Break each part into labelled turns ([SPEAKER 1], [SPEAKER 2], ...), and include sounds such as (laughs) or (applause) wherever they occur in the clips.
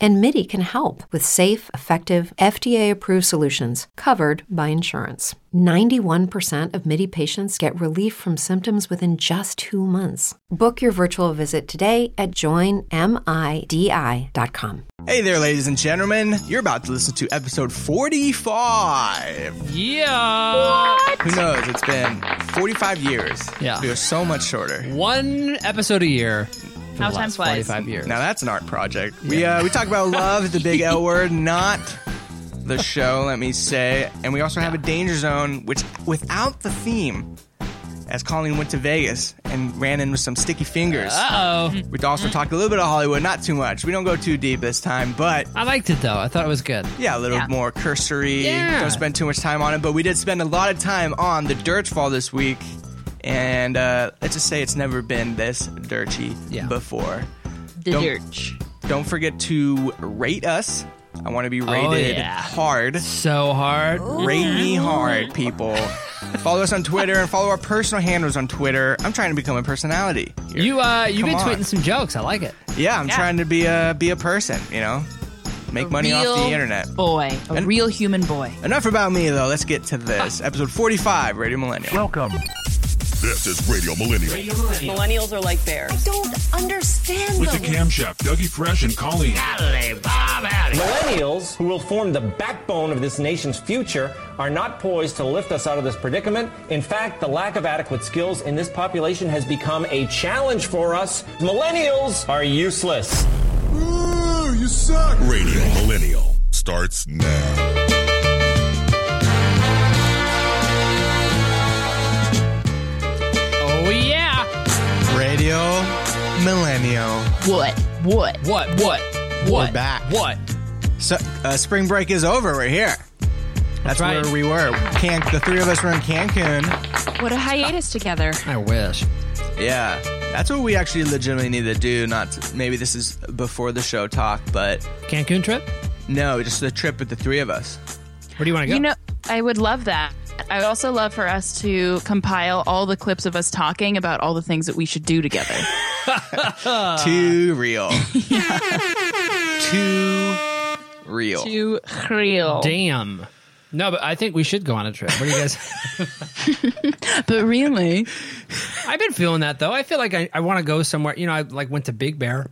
[SPEAKER 1] and MIDI can help with safe, effective, FDA approved solutions covered by insurance. 91% of MIDI patients get relief from symptoms within just two months. Book your virtual visit today at joinmidi.com.
[SPEAKER 2] Hey there, ladies and gentlemen. You're about to listen to episode 45.
[SPEAKER 3] Yeah.
[SPEAKER 2] Who knows? It's been 45 years.
[SPEAKER 3] Yeah.
[SPEAKER 2] We are so much shorter.
[SPEAKER 3] One episode a year. For
[SPEAKER 4] How
[SPEAKER 3] the
[SPEAKER 4] time
[SPEAKER 3] last
[SPEAKER 4] flies.
[SPEAKER 3] 45 years.
[SPEAKER 2] Now that's an art project. We uh, we talk about love, the big
[SPEAKER 3] (laughs)
[SPEAKER 2] L word, not the show. Let me say, and we also have a danger zone, which without the theme, as Colleen went to Vegas and ran in with some sticky fingers.
[SPEAKER 3] Uh oh.
[SPEAKER 2] We also talked a little bit of Hollywood, not too much. We don't go too deep this time, but
[SPEAKER 3] I liked it though. I thought it was good.
[SPEAKER 2] Yeah, a little
[SPEAKER 4] Yeah.
[SPEAKER 2] more cursory.
[SPEAKER 3] Yeah.
[SPEAKER 2] Don't spend too much time on it, but we did spend a lot of time on the dirt fall this week, and uh, let's just say it's never been this dirty
[SPEAKER 3] Yeah.
[SPEAKER 2] before.
[SPEAKER 4] The
[SPEAKER 2] Don't-
[SPEAKER 4] dirge.
[SPEAKER 2] Don't forget to rate us. I want to be rated
[SPEAKER 3] Oh, yeah.
[SPEAKER 2] hard.
[SPEAKER 3] So hard.
[SPEAKER 2] Rate me hard, people. follow us on Twitter and follow our personal handles on Twitter. I'm trying to become a personality. here.
[SPEAKER 3] You uh you've
[SPEAKER 2] Come
[SPEAKER 3] been
[SPEAKER 2] on.
[SPEAKER 3] tweeting some jokes. I like it.
[SPEAKER 2] yeah, I'm
[SPEAKER 4] Yeah.
[SPEAKER 2] trying to be a be a person. You know, make money
[SPEAKER 4] real
[SPEAKER 2] off the internet.
[SPEAKER 4] Boy, a
[SPEAKER 2] And-
[SPEAKER 4] real human boy.
[SPEAKER 2] Enough about me though. Let's get to this episode 45, Radio Millennial.
[SPEAKER 5] Welcome.
[SPEAKER 6] This is Radio Millennial
[SPEAKER 7] Millennials are like bears.
[SPEAKER 1] Don't understand
[SPEAKER 6] with the Cam Chef, Dougie Fresh, and Colleen.
[SPEAKER 8] Millennials, who will form the backbone of this nation's future, are not poised to lift us out of this predicament. In fact, the lack of adequate skills in this population has become a challenge for us. Millennials are useless.
[SPEAKER 6] Ooh, you suck. Radio Millennial starts now.
[SPEAKER 3] Oh yeah.
[SPEAKER 2] Radio Millennial.
[SPEAKER 4] What? What?
[SPEAKER 3] What? What? What?
[SPEAKER 2] back.
[SPEAKER 3] What?
[SPEAKER 2] So, uh, spring break is over. We're here. That's,
[SPEAKER 3] That's right.
[SPEAKER 2] where we were. Can- the three of us were in Cancun.
[SPEAKER 4] What a hiatus together.
[SPEAKER 3] I wish.
[SPEAKER 2] Yeah, that's what we actually legitimately need to do. Not to- maybe this is before the show talk, but
[SPEAKER 3] Cancun trip?
[SPEAKER 2] no, just the trip with the three of us.
[SPEAKER 3] Where do you want to go?
[SPEAKER 4] You know, I would love that. I would also love for us to compile all the clips of us talking about all the things that we should do together.
[SPEAKER 2] (laughs)
[SPEAKER 3] Uh.
[SPEAKER 2] Too
[SPEAKER 3] (laughs)
[SPEAKER 2] real. Too real.
[SPEAKER 4] Too real.
[SPEAKER 3] Damn. No, but I think we should go on a trip. What do you (laughs) guys?
[SPEAKER 4] But really,
[SPEAKER 3] I've been feeling that though. I feel like I, I want to go somewhere. You know, I like went to Big
[SPEAKER 4] (gasps)
[SPEAKER 3] Bear.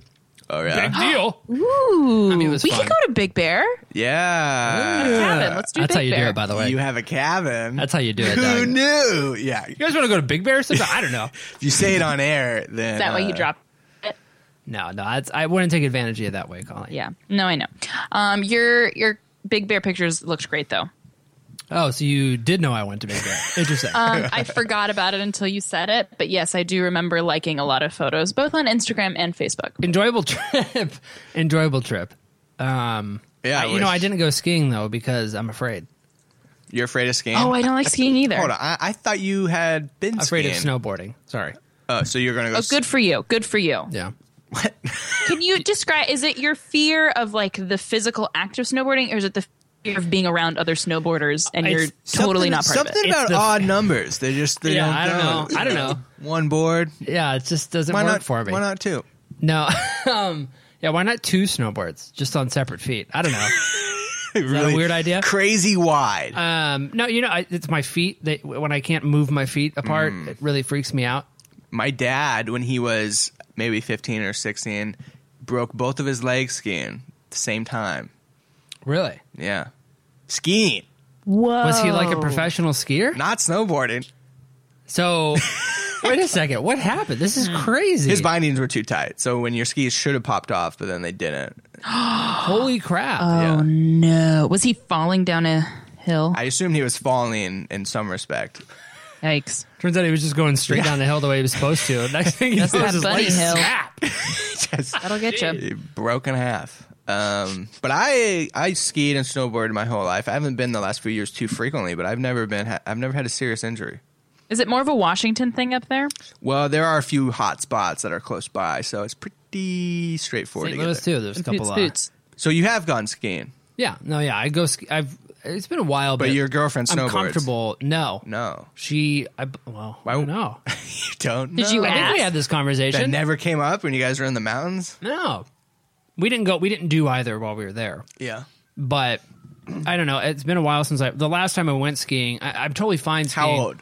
[SPEAKER 2] oh yeah.
[SPEAKER 3] Deal.
[SPEAKER 4] ooh,
[SPEAKER 3] mean, it was
[SPEAKER 4] we
[SPEAKER 3] fun.
[SPEAKER 4] could go to Big Bear.
[SPEAKER 2] Yeah.
[SPEAKER 4] Cabin. Let's do
[SPEAKER 3] That's
[SPEAKER 4] Big
[SPEAKER 3] how you
[SPEAKER 4] Bear.
[SPEAKER 3] do it, by the way.
[SPEAKER 2] You have a cabin.
[SPEAKER 3] That's how you do it.
[SPEAKER 2] Who
[SPEAKER 3] Doug.
[SPEAKER 2] knew? Yeah.
[SPEAKER 3] You guys want to go to Big Bear or something? I don't (laughs) know.
[SPEAKER 2] If you say it on air, then
[SPEAKER 4] Is that why you
[SPEAKER 2] uh,
[SPEAKER 4] dropped? it?
[SPEAKER 3] No, no, that's, I wouldn't take advantage of you that way, Colleen.
[SPEAKER 4] Yeah. No, I know. Um, your your Big Bear pictures looked great though.
[SPEAKER 3] Oh, so you did know I went to Big
[SPEAKER 4] (laughs)
[SPEAKER 3] Bear. Interesting.
[SPEAKER 4] Um, I forgot about it until you said it, but yes, I do remember liking a lot of photos, both on Instagram and Facebook.
[SPEAKER 3] Enjoyable trip. (laughs) Enjoyable trip. Um,
[SPEAKER 2] Yeah,
[SPEAKER 3] I-
[SPEAKER 2] I
[SPEAKER 3] you
[SPEAKER 2] wish.
[SPEAKER 3] know, I didn't go skiing though because I'm afraid.
[SPEAKER 2] You're afraid of skiing.
[SPEAKER 4] Oh, I don't like skiing either.
[SPEAKER 2] Hold on, I, I thought you had been
[SPEAKER 3] Afraid
[SPEAKER 2] skiing.
[SPEAKER 3] of snowboarding. Sorry.
[SPEAKER 2] Oh, so you're gonna go?
[SPEAKER 4] Oh, good for you. Good for you.
[SPEAKER 3] Yeah.
[SPEAKER 4] Can you describe? Is it your fear of like the physical act of snowboarding, or is it the fear of being around other snowboarders and you're
[SPEAKER 3] It's
[SPEAKER 2] something,
[SPEAKER 4] totally not part
[SPEAKER 2] Something
[SPEAKER 4] of it?
[SPEAKER 2] about
[SPEAKER 3] It's the-
[SPEAKER 2] odd numbers. They just they
[SPEAKER 3] Yeah,
[SPEAKER 2] don't.
[SPEAKER 3] I don't
[SPEAKER 2] go.
[SPEAKER 3] know. I don't know.
[SPEAKER 2] (laughs) One board.
[SPEAKER 3] Yeah, it just doesn't
[SPEAKER 2] Why
[SPEAKER 3] work
[SPEAKER 2] not?
[SPEAKER 3] for me.
[SPEAKER 2] Why not two?
[SPEAKER 3] No. (laughs) um, yeah, why not two snowboards just on separate feet? I
[SPEAKER 2] (laughs)
[SPEAKER 3] don't know.
[SPEAKER 2] really
[SPEAKER 3] weird idea?
[SPEAKER 2] Crazy wide.
[SPEAKER 3] Um, no, you know, I, it's my feet. They, when I can't move my feet apart,
[SPEAKER 2] Mm.
[SPEAKER 3] it really freaks me out.
[SPEAKER 2] My dad, when he was maybe 15 or 16, broke both of his legs skiing at the same time.
[SPEAKER 3] Really?
[SPEAKER 2] Yeah, skiing,
[SPEAKER 4] Whoa.
[SPEAKER 3] Was he like a professional skier?
[SPEAKER 2] not snowboarding. (laughs)
[SPEAKER 3] So, wait a second. What happened? This
[SPEAKER 4] Mm.
[SPEAKER 3] is crazy.
[SPEAKER 2] His bindings were too tight, so when your skis should have popped off, but then they didn't.
[SPEAKER 3] Holy crap.
[SPEAKER 4] Uh,
[SPEAKER 2] yeah.
[SPEAKER 4] No. Was he falling down a hill?
[SPEAKER 2] I assumed he was falling in some respect.
[SPEAKER 4] Yikes.
[SPEAKER 3] Turns out he was just going straight down the hill the way he was supposed to. Next thing you know,
[SPEAKER 4] That's that
[SPEAKER 3] his
[SPEAKER 4] bunny
[SPEAKER 3] legs
[SPEAKER 4] hill.
[SPEAKER 3] snap.
[SPEAKER 2] Just-
[SPEAKER 4] That'll get you.
[SPEAKER 2] It broke in half. Um, but I I skied and snowboarded my whole life. I haven't been the last few years too frequently, but I've never been ha- I've never had a serious injury.
[SPEAKER 4] Is it more of a Washington thing up there?
[SPEAKER 2] Well, there are a few hot spots that are close by, so it's pretty straightforward.
[SPEAKER 3] St.
[SPEAKER 2] to get
[SPEAKER 3] Louis
[SPEAKER 2] there.
[SPEAKER 3] too. There's a couple uh,
[SPEAKER 4] Boots,
[SPEAKER 3] of
[SPEAKER 4] boots.
[SPEAKER 2] So you have gone skiing.
[SPEAKER 3] Yeah, no, yeah. I go. Ski- I've. It's been a while, but,
[SPEAKER 2] your girlfriend
[SPEAKER 3] I'm
[SPEAKER 2] snowboards.
[SPEAKER 3] comfortable. No,
[SPEAKER 2] No.
[SPEAKER 3] She. I. Well,
[SPEAKER 2] Why-
[SPEAKER 3] I don't (laughs) know. I
[SPEAKER 2] (laughs) You don't.
[SPEAKER 4] Did
[SPEAKER 2] know.
[SPEAKER 4] you
[SPEAKER 3] think we
[SPEAKER 4] ask?
[SPEAKER 3] had this
[SPEAKER 2] That
[SPEAKER 3] conversation.
[SPEAKER 2] never came up when you guys were in the mountains.
[SPEAKER 3] no, we didn't go. We didn't do either while we were there.
[SPEAKER 2] Yeah.
[SPEAKER 3] But I don't know. It's been a while since I. The last time I went skiing, I, I'm totally fine.
[SPEAKER 2] How
[SPEAKER 3] Skiing.
[SPEAKER 2] old?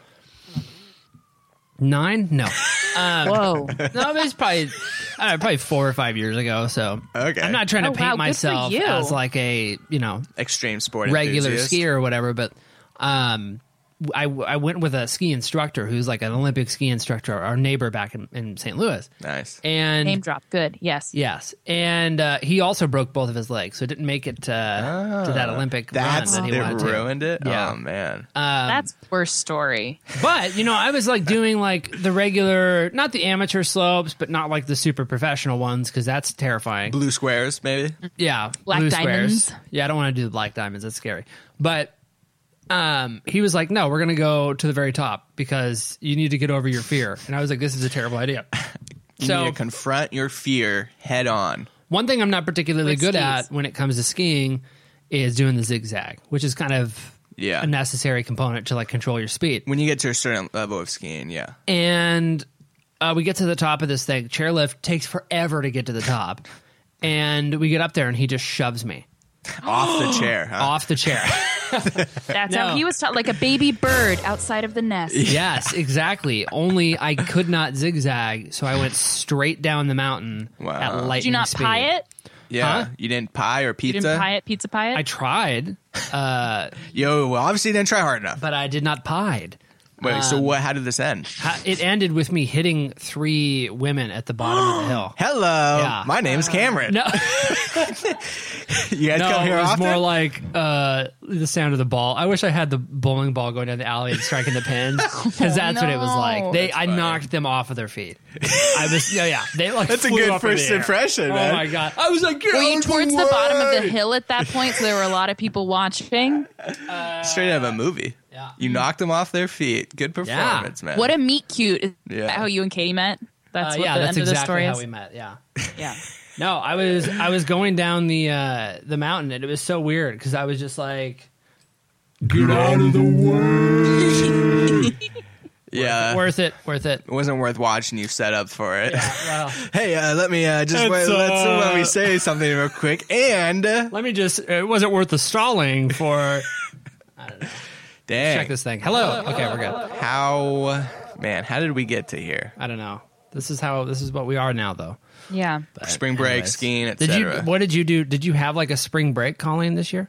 [SPEAKER 3] Nine? No. No,
[SPEAKER 4] Whoa.
[SPEAKER 3] it was probably uh, probably four or five years ago. So
[SPEAKER 2] Okay.
[SPEAKER 3] I'm not trying to
[SPEAKER 4] Oh,
[SPEAKER 3] paint
[SPEAKER 4] wow, good for
[SPEAKER 3] myself
[SPEAKER 4] you.
[SPEAKER 3] as like a you know
[SPEAKER 2] Extreme sport.
[SPEAKER 3] regular
[SPEAKER 2] enthusiast.
[SPEAKER 3] skier or whatever, but um, I I went with a ski instructor who's like an Olympic ski instructor, our neighbor back in, in St. Louis,
[SPEAKER 2] Nice.
[SPEAKER 3] and
[SPEAKER 4] Name drop. Good. Yes.
[SPEAKER 3] yes, and uh, he also broke both of his legs, so didn't make it uh, to that Olympic
[SPEAKER 2] Ah, That's
[SPEAKER 3] run that he
[SPEAKER 2] that
[SPEAKER 3] wanted to.
[SPEAKER 2] ruined it.
[SPEAKER 3] Yeah.
[SPEAKER 2] Oh man.
[SPEAKER 4] That's worst story.
[SPEAKER 3] But you know, I was like doing like the regular, not the amateur slopes, but not like the super professional ones because that's terrifying.
[SPEAKER 2] Blue squares, maybe.
[SPEAKER 3] Yeah,
[SPEAKER 4] Black
[SPEAKER 3] blue
[SPEAKER 4] diamonds.
[SPEAKER 3] squares. Yeah, I don't want to do the black diamonds. That's scary. But um, he was like, "No, we're gonna go to the very top because you need to get over your fear." And I was like, "This is a terrible idea."
[SPEAKER 2] You
[SPEAKER 3] so
[SPEAKER 2] need to confront your fear head on.
[SPEAKER 3] one thing I'm not particularly
[SPEAKER 4] With
[SPEAKER 3] good
[SPEAKER 4] skis.
[SPEAKER 3] at when it comes to skiing is doing the zigzag, which is kind of
[SPEAKER 2] Yeah.
[SPEAKER 3] a necessary component to like control your speed.
[SPEAKER 2] When you get to a certain level of skiing, yeah.
[SPEAKER 3] and uh, we get to the top of this thing. Chairlift takes forever to get to the top, and we get up there, and he just shoves me
[SPEAKER 2] Off
[SPEAKER 3] (gasps)
[SPEAKER 2] the chair, huh?
[SPEAKER 3] off the chair.
[SPEAKER 4] That's
[SPEAKER 3] No.
[SPEAKER 4] how he was taught, like a baby bird outside of the nest.
[SPEAKER 2] (laughs)
[SPEAKER 3] yes, exactly. Only I could not zigzag, so I went straight down the mountain
[SPEAKER 2] Wow. Did
[SPEAKER 3] at
[SPEAKER 2] you
[SPEAKER 3] lightning
[SPEAKER 4] Did you not
[SPEAKER 3] speed.
[SPEAKER 4] pie it?
[SPEAKER 2] Yeah.
[SPEAKER 3] Huh?
[SPEAKER 2] You didn't pie or pizza.
[SPEAKER 4] You didn't pie it? Pizza pie it?
[SPEAKER 3] I tried,
[SPEAKER 2] Yo, well, obviously you didn't try hard enough.
[SPEAKER 3] but um, I did not pied.
[SPEAKER 2] Wait, so what? How did this end?
[SPEAKER 3] Ha- It ended with me hitting three women at the bottom of
[SPEAKER 4] (gasps)
[SPEAKER 3] the hill.
[SPEAKER 2] Hello,
[SPEAKER 3] Yeah. Uh,
[SPEAKER 2] my name's Cameron. (laughs)
[SPEAKER 3] No,
[SPEAKER 2] you guys
[SPEAKER 3] no,
[SPEAKER 2] come here
[SPEAKER 3] it was
[SPEAKER 2] often.
[SPEAKER 3] more like uh, the sound of the ball. I wish I had the bowling ball going down the alley and striking the
[SPEAKER 4] (laughs)
[SPEAKER 3] pins because that's what it was like.
[SPEAKER 4] Oh, no.
[SPEAKER 3] They, I knocked them off of their feet. I was, yeah, yeah. They like
[SPEAKER 2] That's a
[SPEAKER 3] flew
[SPEAKER 2] good
[SPEAKER 3] up in the
[SPEAKER 2] first
[SPEAKER 3] air.
[SPEAKER 2] impression,
[SPEAKER 3] Oh
[SPEAKER 2] man.
[SPEAKER 3] my god, I was like,
[SPEAKER 4] Were
[SPEAKER 3] "You're
[SPEAKER 4] you towards the bottom of the hill at that point? So there were a lot of people watching.
[SPEAKER 2] Straight out of a movie.
[SPEAKER 3] yeah.
[SPEAKER 2] You knocked them off their feet. Good performance, man.
[SPEAKER 4] What a meet cute. Is
[SPEAKER 2] Yeah.
[SPEAKER 4] that how you and Katie met? That's
[SPEAKER 3] Uh,
[SPEAKER 4] what
[SPEAKER 3] yeah,
[SPEAKER 4] the
[SPEAKER 3] that's
[SPEAKER 4] end of the
[SPEAKER 3] exactly
[SPEAKER 4] story
[SPEAKER 3] how
[SPEAKER 4] is.
[SPEAKER 3] we met. Yeah.
[SPEAKER 4] yeah.
[SPEAKER 3] No, I was I was going down the uh, the mountain and it was so weird because I was just like,
[SPEAKER 6] Get out of the way.
[SPEAKER 2] yeah.
[SPEAKER 3] worth it, worth it.
[SPEAKER 2] it wasn't worth watching you set up for it.
[SPEAKER 3] Well,
[SPEAKER 2] (laughs) hey, uh, let me uh, just wait,
[SPEAKER 3] It's,
[SPEAKER 2] let's,
[SPEAKER 3] uh,
[SPEAKER 2] let me say something real quick. And uh,
[SPEAKER 3] let me just. It wasn't worth the stalling (laughs) for.
[SPEAKER 2] dang,
[SPEAKER 3] Check this thing. Hello. Okay, we're good.
[SPEAKER 2] how man, how did we get to here?
[SPEAKER 3] I don't know. This is how. This is what we are now, though.
[SPEAKER 4] Yeah.
[SPEAKER 2] Spring break,
[SPEAKER 3] Anyways.
[SPEAKER 2] skiing,
[SPEAKER 3] Did you?
[SPEAKER 2] etc.
[SPEAKER 3] What did you do? Did you have like a spring break, Colleen, this year?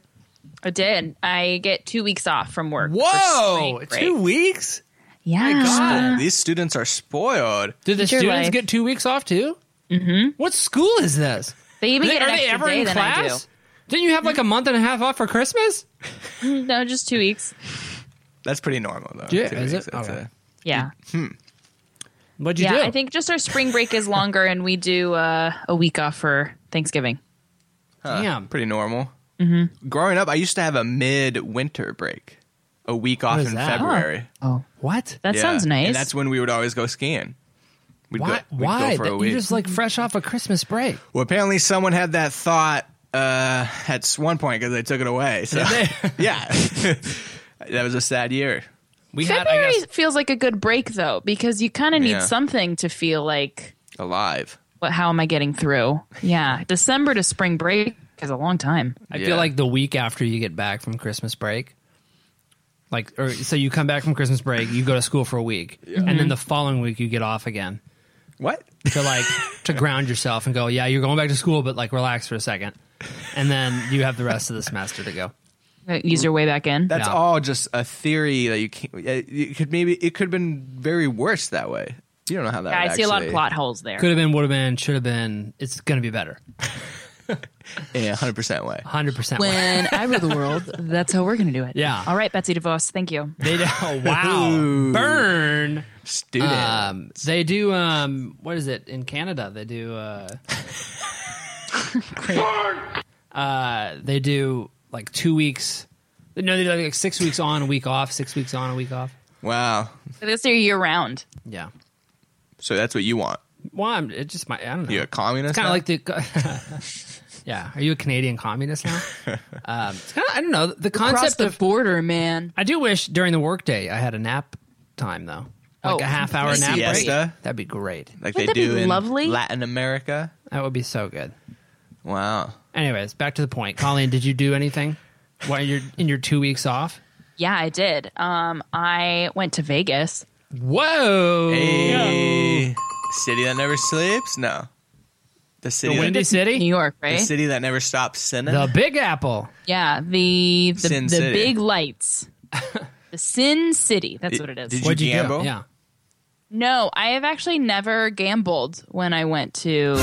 [SPEAKER 4] I did. I get two weeks off from work. for spring break.
[SPEAKER 3] Oh, two weeks.
[SPEAKER 4] Yeah.
[SPEAKER 2] These students are spoiled.
[SPEAKER 3] Do the
[SPEAKER 4] Teacher
[SPEAKER 3] students
[SPEAKER 4] life.
[SPEAKER 3] get two weeks off too? Mm-hmm. What school is this?
[SPEAKER 4] They even
[SPEAKER 3] They-
[SPEAKER 4] get an
[SPEAKER 3] are they
[SPEAKER 4] extra
[SPEAKER 3] ever
[SPEAKER 4] day
[SPEAKER 3] in
[SPEAKER 4] than
[SPEAKER 3] class? Didn't you have like a month and a half off for Christmas?
[SPEAKER 4] I do. No, just two weeks.
[SPEAKER 2] That's pretty normal though.
[SPEAKER 3] Yeah,
[SPEAKER 2] two
[SPEAKER 3] is
[SPEAKER 2] weeks,
[SPEAKER 3] it?
[SPEAKER 2] that's
[SPEAKER 3] Okay.
[SPEAKER 4] Yeah.
[SPEAKER 3] What'd you do?
[SPEAKER 4] Yeah. I think just our spring break is longer and we do uh, a week off for Thanksgiving.
[SPEAKER 2] uh,
[SPEAKER 3] Damn.
[SPEAKER 2] pretty normal.
[SPEAKER 3] Mm-hmm.
[SPEAKER 2] Growing up, I used to have a mid-winter break, a week off
[SPEAKER 3] is
[SPEAKER 2] in
[SPEAKER 3] that?
[SPEAKER 2] February.
[SPEAKER 4] Oh.
[SPEAKER 3] What?
[SPEAKER 4] That sounds nice.
[SPEAKER 2] And that's when we would always go skiing. We'd
[SPEAKER 3] Why?
[SPEAKER 2] Go, we'd
[SPEAKER 3] why?
[SPEAKER 2] Go for
[SPEAKER 3] That-
[SPEAKER 2] a
[SPEAKER 3] You're
[SPEAKER 2] week.
[SPEAKER 3] just like fresh off a Christmas (laughs) break.
[SPEAKER 2] Well, apparently someone had that thought uh, at s- one point because they took it away. So (laughs) yeah, that was a sad year.
[SPEAKER 3] We
[SPEAKER 4] February feels like a good break though, because you kind of need
[SPEAKER 2] Yeah.
[SPEAKER 4] something to feel like,
[SPEAKER 2] Alive.
[SPEAKER 4] what? How am I getting through? Yeah, December to spring break is a long time.
[SPEAKER 3] I
[SPEAKER 2] Yeah.
[SPEAKER 3] feel like the week after you get back from Christmas break, like, or so you come back from Christmas break, you go to school for a week, and
[SPEAKER 4] Mm-hmm.
[SPEAKER 3] then the following week you get off again
[SPEAKER 2] What?
[SPEAKER 3] to like to ground yourself and go, yeah, you're going back to school, but like relax for a second, and then you have the rest of the semester to go.
[SPEAKER 4] Uh, Ease your way back in.
[SPEAKER 2] That's
[SPEAKER 3] Yeah.
[SPEAKER 2] all just a theory that you can't. uh, It could maybe it could have been very worse that way. You don't know how that.
[SPEAKER 4] yeah, I
[SPEAKER 2] would
[SPEAKER 4] see a lot of
[SPEAKER 2] actually-
[SPEAKER 4] plot holes there.
[SPEAKER 3] Could have been, would have been, should have been. It's gonna be better,
[SPEAKER 2] Yeah, hundred percent way.
[SPEAKER 3] hundred percent.
[SPEAKER 4] When I rule the world, that's how we're gonna do it.
[SPEAKER 3] Yeah.
[SPEAKER 4] All right, Betsy DeVos. Thank you.
[SPEAKER 3] They do, (laughs) oh, wow, burn.
[SPEAKER 2] Student.
[SPEAKER 4] Uh,
[SPEAKER 3] Um, they do. Um, what is it in Canada? They do.
[SPEAKER 2] (laughs)
[SPEAKER 3] Uh, uh, they do like two weeks. No, they do like six weeks on, a week off. Six weeks on, a week off.
[SPEAKER 2] wow.
[SPEAKER 4] This year, year round.
[SPEAKER 3] Yeah.
[SPEAKER 2] So that's what you want?
[SPEAKER 3] Well, I'm, it just my. I don't know.
[SPEAKER 2] You a communist?
[SPEAKER 3] Kind of
[SPEAKER 2] now?
[SPEAKER 3] like the. (laughs) Yeah. Are you a Canadian communist
[SPEAKER 2] (laughs)
[SPEAKER 3] now? um, it's kind of I don't know the
[SPEAKER 4] Across
[SPEAKER 3] concept
[SPEAKER 4] the
[SPEAKER 3] of.
[SPEAKER 4] border, man.
[SPEAKER 3] I do wish during the workday I had a nap time though, like
[SPEAKER 4] Oh,
[SPEAKER 3] a half hour
[SPEAKER 4] a
[SPEAKER 3] nap break.
[SPEAKER 2] siesta?
[SPEAKER 3] That'd be great.
[SPEAKER 2] like
[SPEAKER 4] Wouldn't
[SPEAKER 2] they
[SPEAKER 4] that
[SPEAKER 2] do
[SPEAKER 4] be
[SPEAKER 2] in
[SPEAKER 4] lovely?
[SPEAKER 2] Latin America.
[SPEAKER 3] That would be so good.
[SPEAKER 2] Wow.
[SPEAKER 3] Anyways, back to the point. Colleen, did you do anything while you're in your two weeks off?
[SPEAKER 4] Yeah, I did. Um, I went to Vegas.
[SPEAKER 3] Whoa,
[SPEAKER 2] Hey, city that never sleeps. No, the
[SPEAKER 3] the
[SPEAKER 2] city,
[SPEAKER 3] Windy
[SPEAKER 2] that,
[SPEAKER 3] City,
[SPEAKER 4] New York,
[SPEAKER 2] the
[SPEAKER 4] right?
[SPEAKER 2] city that never stops sinning.
[SPEAKER 3] the Big Apple.
[SPEAKER 4] Yeah, the the,
[SPEAKER 2] Sin
[SPEAKER 4] the
[SPEAKER 2] City. (laughs)
[SPEAKER 4] big lights. the Sin City. That's what it is.
[SPEAKER 2] Did you
[SPEAKER 3] What'd you
[SPEAKER 2] gamble?
[SPEAKER 3] do? Yeah,
[SPEAKER 4] No, I have actually never gambled when I went to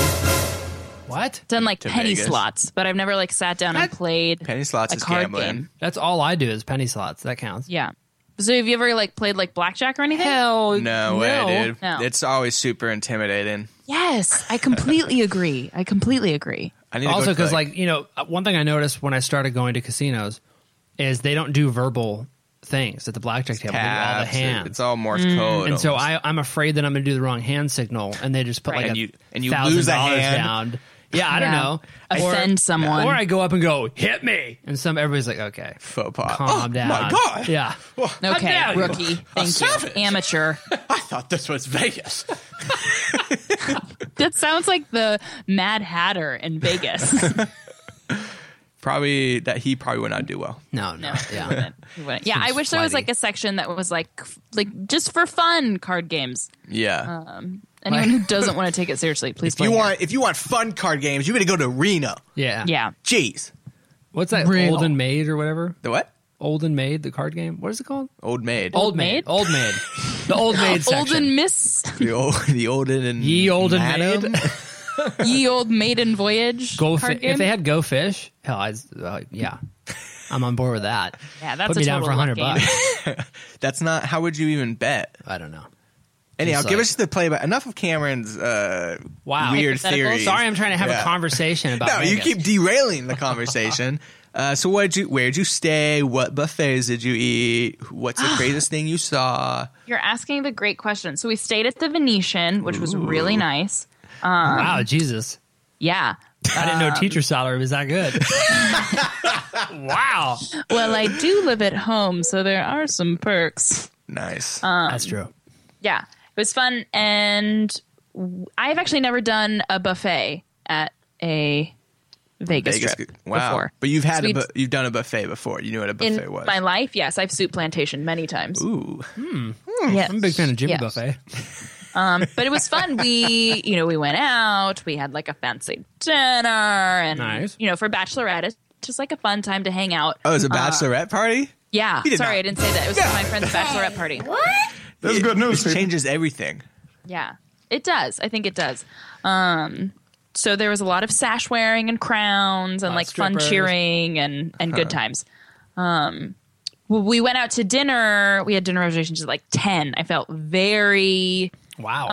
[SPEAKER 3] what?
[SPEAKER 4] done like
[SPEAKER 2] To
[SPEAKER 4] penny
[SPEAKER 2] Vegas.
[SPEAKER 4] slots, but I've never like sat down and
[SPEAKER 3] That-
[SPEAKER 4] played
[SPEAKER 2] Penny slots
[SPEAKER 4] a
[SPEAKER 2] is
[SPEAKER 4] card
[SPEAKER 2] gambling.
[SPEAKER 4] game.
[SPEAKER 3] That's all I do is penny slots. That counts.
[SPEAKER 4] Yeah. So have you ever like played like blackjack or anything?
[SPEAKER 3] Hell,
[SPEAKER 2] No, way, dude.
[SPEAKER 4] No.
[SPEAKER 2] It's always super intimidating.
[SPEAKER 4] Yes, I completely agree. I
[SPEAKER 2] (laughs)
[SPEAKER 4] completely agree.
[SPEAKER 2] I need to go
[SPEAKER 3] Also,
[SPEAKER 2] to,
[SPEAKER 3] because like you know, uh, one thing I noticed when I started going to casinos is they don't do verbal things at the blackjack table. They do all the
[SPEAKER 2] tabs,
[SPEAKER 3] hands.
[SPEAKER 2] It's all Morse
[SPEAKER 4] Mm.
[SPEAKER 2] code.
[SPEAKER 3] and so
[SPEAKER 2] almost.
[SPEAKER 3] I, I'm afraid that I'm going to do the wrong hand signal, and they just put
[SPEAKER 4] Right.
[SPEAKER 3] like
[SPEAKER 4] And
[SPEAKER 3] a
[SPEAKER 2] you- and you
[SPEAKER 3] thousand
[SPEAKER 2] lose a
[SPEAKER 3] dollars
[SPEAKER 2] hand.
[SPEAKER 3] down. Yeah, I
[SPEAKER 4] Yeah.
[SPEAKER 3] don't know.
[SPEAKER 4] Offend someone.
[SPEAKER 3] or I go up and go hit me, and some everybody's like, okay,
[SPEAKER 2] faux pas.
[SPEAKER 3] calm down.
[SPEAKER 2] Oh My God,
[SPEAKER 3] yeah,
[SPEAKER 4] Okay,
[SPEAKER 3] dare you.
[SPEAKER 4] rookie. Thank you.
[SPEAKER 2] savage.
[SPEAKER 4] Amateur.
[SPEAKER 2] I thought this was Vegas.
[SPEAKER 4] That sounds like the Mad Hatter
[SPEAKER 2] (laughs)
[SPEAKER 4] in Vegas.
[SPEAKER 2] probably that he probably would not do well.
[SPEAKER 3] no, no,
[SPEAKER 4] No, yeah.
[SPEAKER 3] yeah.
[SPEAKER 4] Yeah, I wish there was
[SPEAKER 3] slutty.
[SPEAKER 4] like a section that was like f- like just for fun card games.
[SPEAKER 2] Yeah.
[SPEAKER 4] Uh, Anyone who doesn't want to take it seriously, please
[SPEAKER 2] if you
[SPEAKER 4] play
[SPEAKER 2] want, if you want fun card games, you better go to Reno.
[SPEAKER 3] yeah,
[SPEAKER 4] it. Yeah.
[SPEAKER 2] Jeez,
[SPEAKER 3] What's that?
[SPEAKER 4] Real.
[SPEAKER 3] Old and Maid or whatever.
[SPEAKER 2] the what?
[SPEAKER 3] Old and Maid, the card game. What is it called?
[SPEAKER 2] Old maid.
[SPEAKER 3] Old Maid.
[SPEAKER 4] Maid?
[SPEAKER 3] Old Maid. The
[SPEAKER 4] (laughs)
[SPEAKER 3] Old Maid
[SPEAKER 4] Old
[SPEAKER 3] section.
[SPEAKER 4] and Miss
[SPEAKER 2] the old, (laughs) the olden and
[SPEAKER 3] Ye Olden
[SPEAKER 2] madam.
[SPEAKER 3] Maid.
[SPEAKER 4] Ye Old Maiden Voyage
[SPEAKER 3] Go
[SPEAKER 4] card
[SPEAKER 3] fi-
[SPEAKER 4] game.
[SPEAKER 3] if they had Go Fish, hell, I'd, uh, yeah, I'm on board with that.
[SPEAKER 4] yeah, that's
[SPEAKER 3] Put
[SPEAKER 4] a
[SPEAKER 3] me down for
[SPEAKER 4] total luck
[SPEAKER 3] hundred
[SPEAKER 4] game.
[SPEAKER 3] bucks.
[SPEAKER 2] (laughs) That's not. How would you even bet?
[SPEAKER 3] I don't know.
[SPEAKER 2] Anyhow,
[SPEAKER 3] Just
[SPEAKER 2] give
[SPEAKER 3] like-
[SPEAKER 2] us the play. But enough of Cameron's uh,
[SPEAKER 3] Wow.
[SPEAKER 2] weird
[SPEAKER 4] Hypotheticals?
[SPEAKER 2] theories.
[SPEAKER 3] Sorry, I'm trying to have
[SPEAKER 2] Yeah.
[SPEAKER 3] a conversation about.
[SPEAKER 2] No, you
[SPEAKER 3] Vegas.
[SPEAKER 2] keep derailing the
[SPEAKER 4] (laughs)
[SPEAKER 2] conversation. Uh, so what did you? Where'd you stay? What buffets did you eat? What's
[SPEAKER 4] (gasps)
[SPEAKER 2] the craziest thing you saw?
[SPEAKER 4] You're asking the great question. So we stayed at the Venetian, which was really nice.
[SPEAKER 3] Wow, (laughs) Jesus!
[SPEAKER 4] Yeah.
[SPEAKER 3] I didn't know teacher salary was that good. (laughs) wow,
[SPEAKER 4] Well, I do live at home, so there are some perks.
[SPEAKER 2] Nice.
[SPEAKER 4] Um,
[SPEAKER 3] that's true.
[SPEAKER 4] Yeah, it was fun, and w- I've actually never done a buffet at a Vegas,
[SPEAKER 2] Vegas-
[SPEAKER 4] trip
[SPEAKER 2] Wow.
[SPEAKER 4] before.
[SPEAKER 2] But you've had a
[SPEAKER 4] Sweet-
[SPEAKER 2] bu- you've done a buffet before. You knew what a
[SPEAKER 4] in
[SPEAKER 2] buffet was.
[SPEAKER 4] my life, yes, I've soup plantation many times.
[SPEAKER 2] Ooh.
[SPEAKER 4] Hmm.
[SPEAKER 2] Hmm.
[SPEAKER 4] Yes.
[SPEAKER 3] I'm a big fan of Jimmy
[SPEAKER 4] Yes.
[SPEAKER 3] Buffet.
[SPEAKER 4] but it was
[SPEAKER 2] (laughs)
[SPEAKER 4] fun. We, you know, we went out. We had like a fancy dinner, and
[SPEAKER 3] Nice.
[SPEAKER 4] you know, for bachelorette, it's just like a fun time to hang out.
[SPEAKER 2] Oh, it was a bachelorette party.
[SPEAKER 4] yeah,
[SPEAKER 2] did
[SPEAKER 4] sorry,
[SPEAKER 2] not-
[SPEAKER 4] I didn't say that. It was for my friend's bachelorette party.
[SPEAKER 5] That's good news.
[SPEAKER 2] This changes everything.
[SPEAKER 4] Yeah, it does. I think it does. Um, so there was a lot of sash wearing and crowns and
[SPEAKER 3] of
[SPEAKER 4] like fun
[SPEAKER 3] strippers.
[SPEAKER 4] cheering and and good times. Um, well, we went out to dinner. We had dinner reservations at like ten. I felt very
[SPEAKER 3] Wow,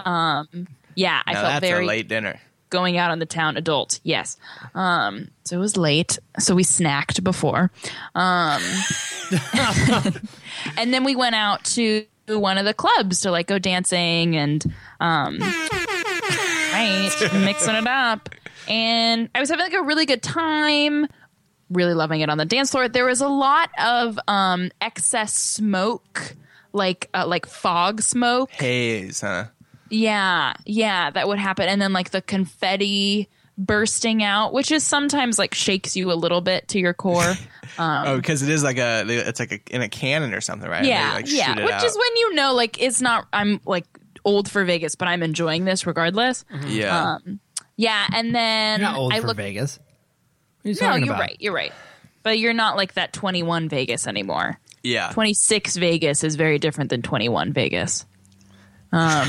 [SPEAKER 4] Um, yeah. I
[SPEAKER 2] Now
[SPEAKER 4] felt
[SPEAKER 2] that's
[SPEAKER 4] very
[SPEAKER 2] a late dinner.
[SPEAKER 4] going out on the town adult. Yes. Um, so it was late. So we snacked before. Um, (laughs) and then we went out to one of the clubs to like go dancing and um, right, mixing it up. And I was having like a really good time. Really loving it on the dance floor. There was a lot of um, excess smoke, like uh, like fog smoke.
[SPEAKER 2] Haze, huh?
[SPEAKER 4] Yeah, yeah, that would happen. And then like the confetti bursting out, which is sometimes like shakes you a little bit to your
[SPEAKER 3] (laughs)
[SPEAKER 4] (laughs) core. Um,
[SPEAKER 2] oh, because it is like a it's like a, in a cannon or something, right?
[SPEAKER 4] yeah,
[SPEAKER 2] And they, like,
[SPEAKER 4] yeah,
[SPEAKER 2] shoot it
[SPEAKER 4] which
[SPEAKER 2] out.
[SPEAKER 4] is when you know like it's not I'm like old for Vegas, but I'm enjoying this regardless.
[SPEAKER 2] yeah.
[SPEAKER 4] um, Yeah, and then
[SPEAKER 3] Mm-hmm. you're not old
[SPEAKER 4] I
[SPEAKER 3] for
[SPEAKER 4] look
[SPEAKER 3] Vegas. What are you
[SPEAKER 4] No,
[SPEAKER 3] talking
[SPEAKER 4] you're
[SPEAKER 3] about?
[SPEAKER 4] right. You're right. But you're not like that 21 Vegas anymore.
[SPEAKER 2] yeah.
[SPEAKER 4] 26 Vegas is very different than 21 Vegas.
[SPEAKER 2] (laughs)
[SPEAKER 4] Um,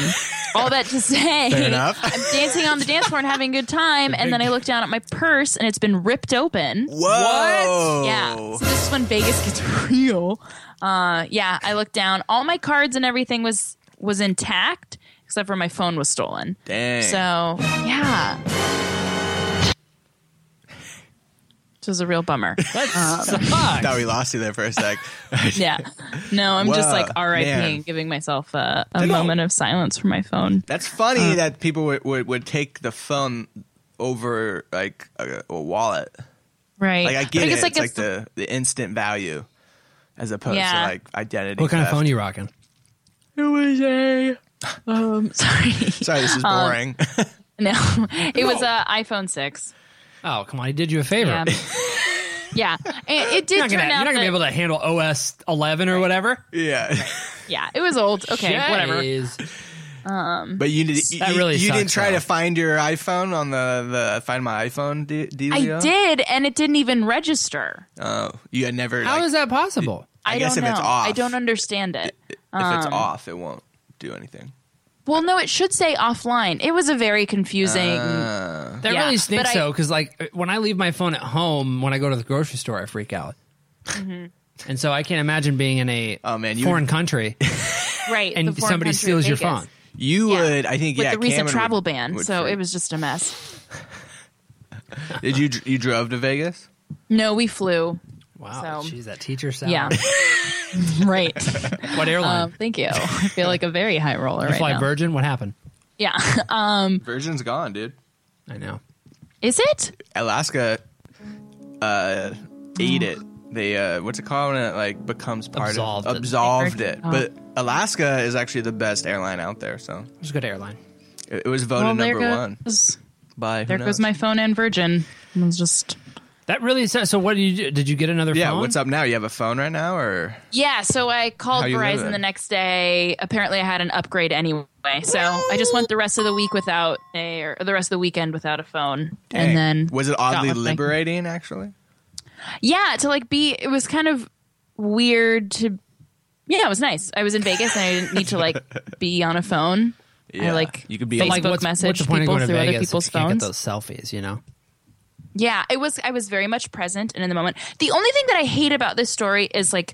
[SPEAKER 4] all that to say,
[SPEAKER 2] enough.
[SPEAKER 4] I'm dancing on the dance floor and having a good time, and then I look down at my purse and it's been ripped open.
[SPEAKER 2] Whoa.
[SPEAKER 4] Yeah, so this is when Vegas gets (laughs) real. Uh, yeah, I looked down. All my cards and everything was was intact, except for my phone was stolen.
[SPEAKER 2] Dang.
[SPEAKER 4] So
[SPEAKER 2] (laughs)
[SPEAKER 4] yeah, which was a
[SPEAKER 2] (laughs)
[SPEAKER 4] real bummer.
[SPEAKER 3] Fuck.
[SPEAKER 2] Thought we lost you there for a
[SPEAKER 4] (laughs)
[SPEAKER 2] sec.
[SPEAKER 4] Yeah. No, I'm just
[SPEAKER 2] Wow,
[SPEAKER 4] like RIP
[SPEAKER 2] man.
[SPEAKER 4] and giving myself a,
[SPEAKER 2] They
[SPEAKER 4] a
[SPEAKER 2] don't-
[SPEAKER 4] moment of silence for my phone.
[SPEAKER 3] Uh.
[SPEAKER 2] That's funny that people would, would, would take the phone over like a, a wallet.
[SPEAKER 4] Right.
[SPEAKER 2] Like I
[SPEAKER 4] But
[SPEAKER 2] get it.
[SPEAKER 4] guess,
[SPEAKER 2] it's like the, the instant value as opposed
[SPEAKER 4] Yeah.
[SPEAKER 2] to like identity.
[SPEAKER 3] What kind of
[SPEAKER 2] theft.
[SPEAKER 3] phone you rocking?
[SPEAKER 4] it was a. Um, (laughs) sorry.
[SPEAKER 2] Sorry, this is
[SPEAKER 4] Um,
[SPEAKER 2] boring. (laughs)
[SPEAKER 4] No, it was a iPhone six.
[SPEAKER 3] Oh, come on. He did you a favor.
[SPEAKER 4] Yeah. yeah. It, it did
[SPEAKER 3] You're not
[SPEAKER 4] turn
[SPEAKER 3] gonna,
[SPEAKER 4] out.
[SPEAKER 3] you're not gonna
[SPEAKER 4] that-
[SPEAKER 3] be able to handle OS 11 or whatever.
[SPEAKER 4] (laughs)
[SPEAKER 2] yeah,
[SPEAKER 4] Yeah, it was old. Okay, whatever.
[SPEAKER 3] Jeez.
[SPEAKER 2] but you did. You,
[SPEAKER 3] That really
[SPEAKER 2] you didn't
[SPEAKER 3] sucks,
[SPEAKER 2] try
[SPEAKER 3] though.
[SPEAKER 2] to find your iPhone on the, the Find My iPhone de- dealio?
[SPEAKER 4] I did, and it didn't even register.
[SPEAKER 2] Oh, you had never.
[SPEAKER 3] How
[SPEAKER 2] like,
[SPEAKER 3] is that possible?
[SPEAKER 2] I
[SPEAKER 4] I,
[SPEAKER 2] guess
[SPEAKER 4] don't
[SPEAKER 2] if
[SPEAKER 4] know.
[SPEAKER 2] it's off.
[SPEAKER 4] I don't understand it.
[SPEAKER 2] If it's
[SPEAKER 4] um,
[SPEAKER 2] off, it won't do anything.
[SPEAKER 4] Well, no, it should say offline. It was a very confusing.
[SPEAKER 2] Uh,
[SPEAKER 3] That
[SPEAKER 4] Yeah,
[SPEAKER 3] really stinks,
[SPEAKER 4] but I-
[SPEAKER 3] though, because like when I leave my phone at home, when I go to the grocery store, I freak out.
[SPEAKER 4] Mm-hmm.
[SPEAKER 3] And so I can't imagine being in a
[SPEAKER 2] Oh, man, you-
[SPEAKER 3] foreign
[SPEAKER 4] (laughs)
[SPEAKER 3] country
[SPEAKER 4] right,
[SPEAKER 3] and
[SPEAKER 4] the foreign
[SPEAKER 3] somebody
[SPEAKER 4] country
[SPEAKER 3] steals your
[SPEAKER 4] Vegas.
[SPEAKER 3] phone.
[SPEAKER 2] You
[SPEAKER 4] Yeah.
[SPEAKER 2] would, I think,
[SPEAKER 4] with
[SPEAKER 2] yeah.
[SPEAKER 4] the recent
[SPEAKER 2] Cameron
[SPEAKER 4] travel
[SPEAKER 2] would-
[SPEAKER 4] ban,
[SPEAKER 2] would
[SPEAKER 4] so
[SPEAKER 2] freak.
[SPEAKER 4] it was just a mess.
[SPEAKER 2] Did you you drove to Vegas?
[SPEAKER 4] No, we flew.
[SPEAKER 3] Wow,
[SPEAKER 4] So-
[SPEAKER 3] she's that teacher salary. (laughs)
[SPEAKER 4] Yeah, right.
[SPEAKER 3] What airline?
[SPEAKER 4] Um, thank you. I feel like a very high roller
[SPEAKER 3] you
[SPEAKER 4] right
[SPEAKER 3] fly
[SPEAKER 4] now.
[SPEAKER 3] Virgin? What happened?
[SPEAKER 4] Yeah, (laughs) Uh,
[SPEAKER 2] Virgin's gone, dude.
[SPEAKER 3] I know.
[SPEAKER 4] is it?
[SPEAKER 2] Alaska uh ate it. They uh what's it called when it like becomes part
[SPEAKER 3] Absolved
[SPEAKER 2] of
[SPEAKER 3] it.
[SPEAKER 2] absolved it.
[SPEAKER 4] Oh.
[SPEAKER 2] But Alaska is actually the best airline out there, so
[SPEAKER 3] Just go to airline.
[SPEAKER 2] it, it was voted
[SPEAKER 4] Well, Oh, there
[SPEAKER 2] number one
[SPEAKER 4] goes
[SPEAKER 2] by who
[SPEAKER 4] there
[SPEAKER 2] knows?
[SPEAKER 4] goes my phone and Virgin. It was just
[SPEAKER 3] That really is. So, what did you do? Did you get another
[SPEAKER 2] Yeah,
[SPEAKER 3] phone?
[SPEAKER 2] what's up now? You have a phone right now or
[SPEAKER 4] Yeah, so I called
[SPEAKER 2] How you live
[SPEAKER 4] Verizon
[SPEAKER 2] then?
[SPEAKER 4] the next day. Apparently, I had an upgrade anyway, so I just went the rest of the week without a, or the rest of the weekend without a phone,
[SPEAKER 2] Dang.
[SPEAKER 4] and then
[SPEAKER 2] was it
[SPEAKER 4] got
[SPEAKER 2] oddly
[SPEAKER 4] with my-
[SPEAKER 2] liberating actually?
[SPEAKER 4] Yeah, to like be, it was kind of weird to. Yeah, it was nice. I was in Vegas and I didn't need
[SPEAKER 2] (laughs)
[SPEAKER 4] to like be on a phone.
[SPEAKER 2] Yeah,
[SPEAKER 4] I like
[SPEAKER 2] you could be-
[SPEAKER 4] Facebook
[SPEAKER 2] But, like,
[SPEAKER 4] message
[SPEAKER 3] the point of
[SPEAKER 4] people
[SPEAKER 3] going to
[SPEAKER 4] through other
[SPEAKER 3] Vegas if
[SPEAKER 4] people's
[SPEAKER 3] you can't
[SPEAKER 4] phones.
[SPEAKER 3] Get those selfies, you know.
[SPEAKER 4] Yeah, it was. I was very much present and in the moment. The only thing that I hate about this story is like,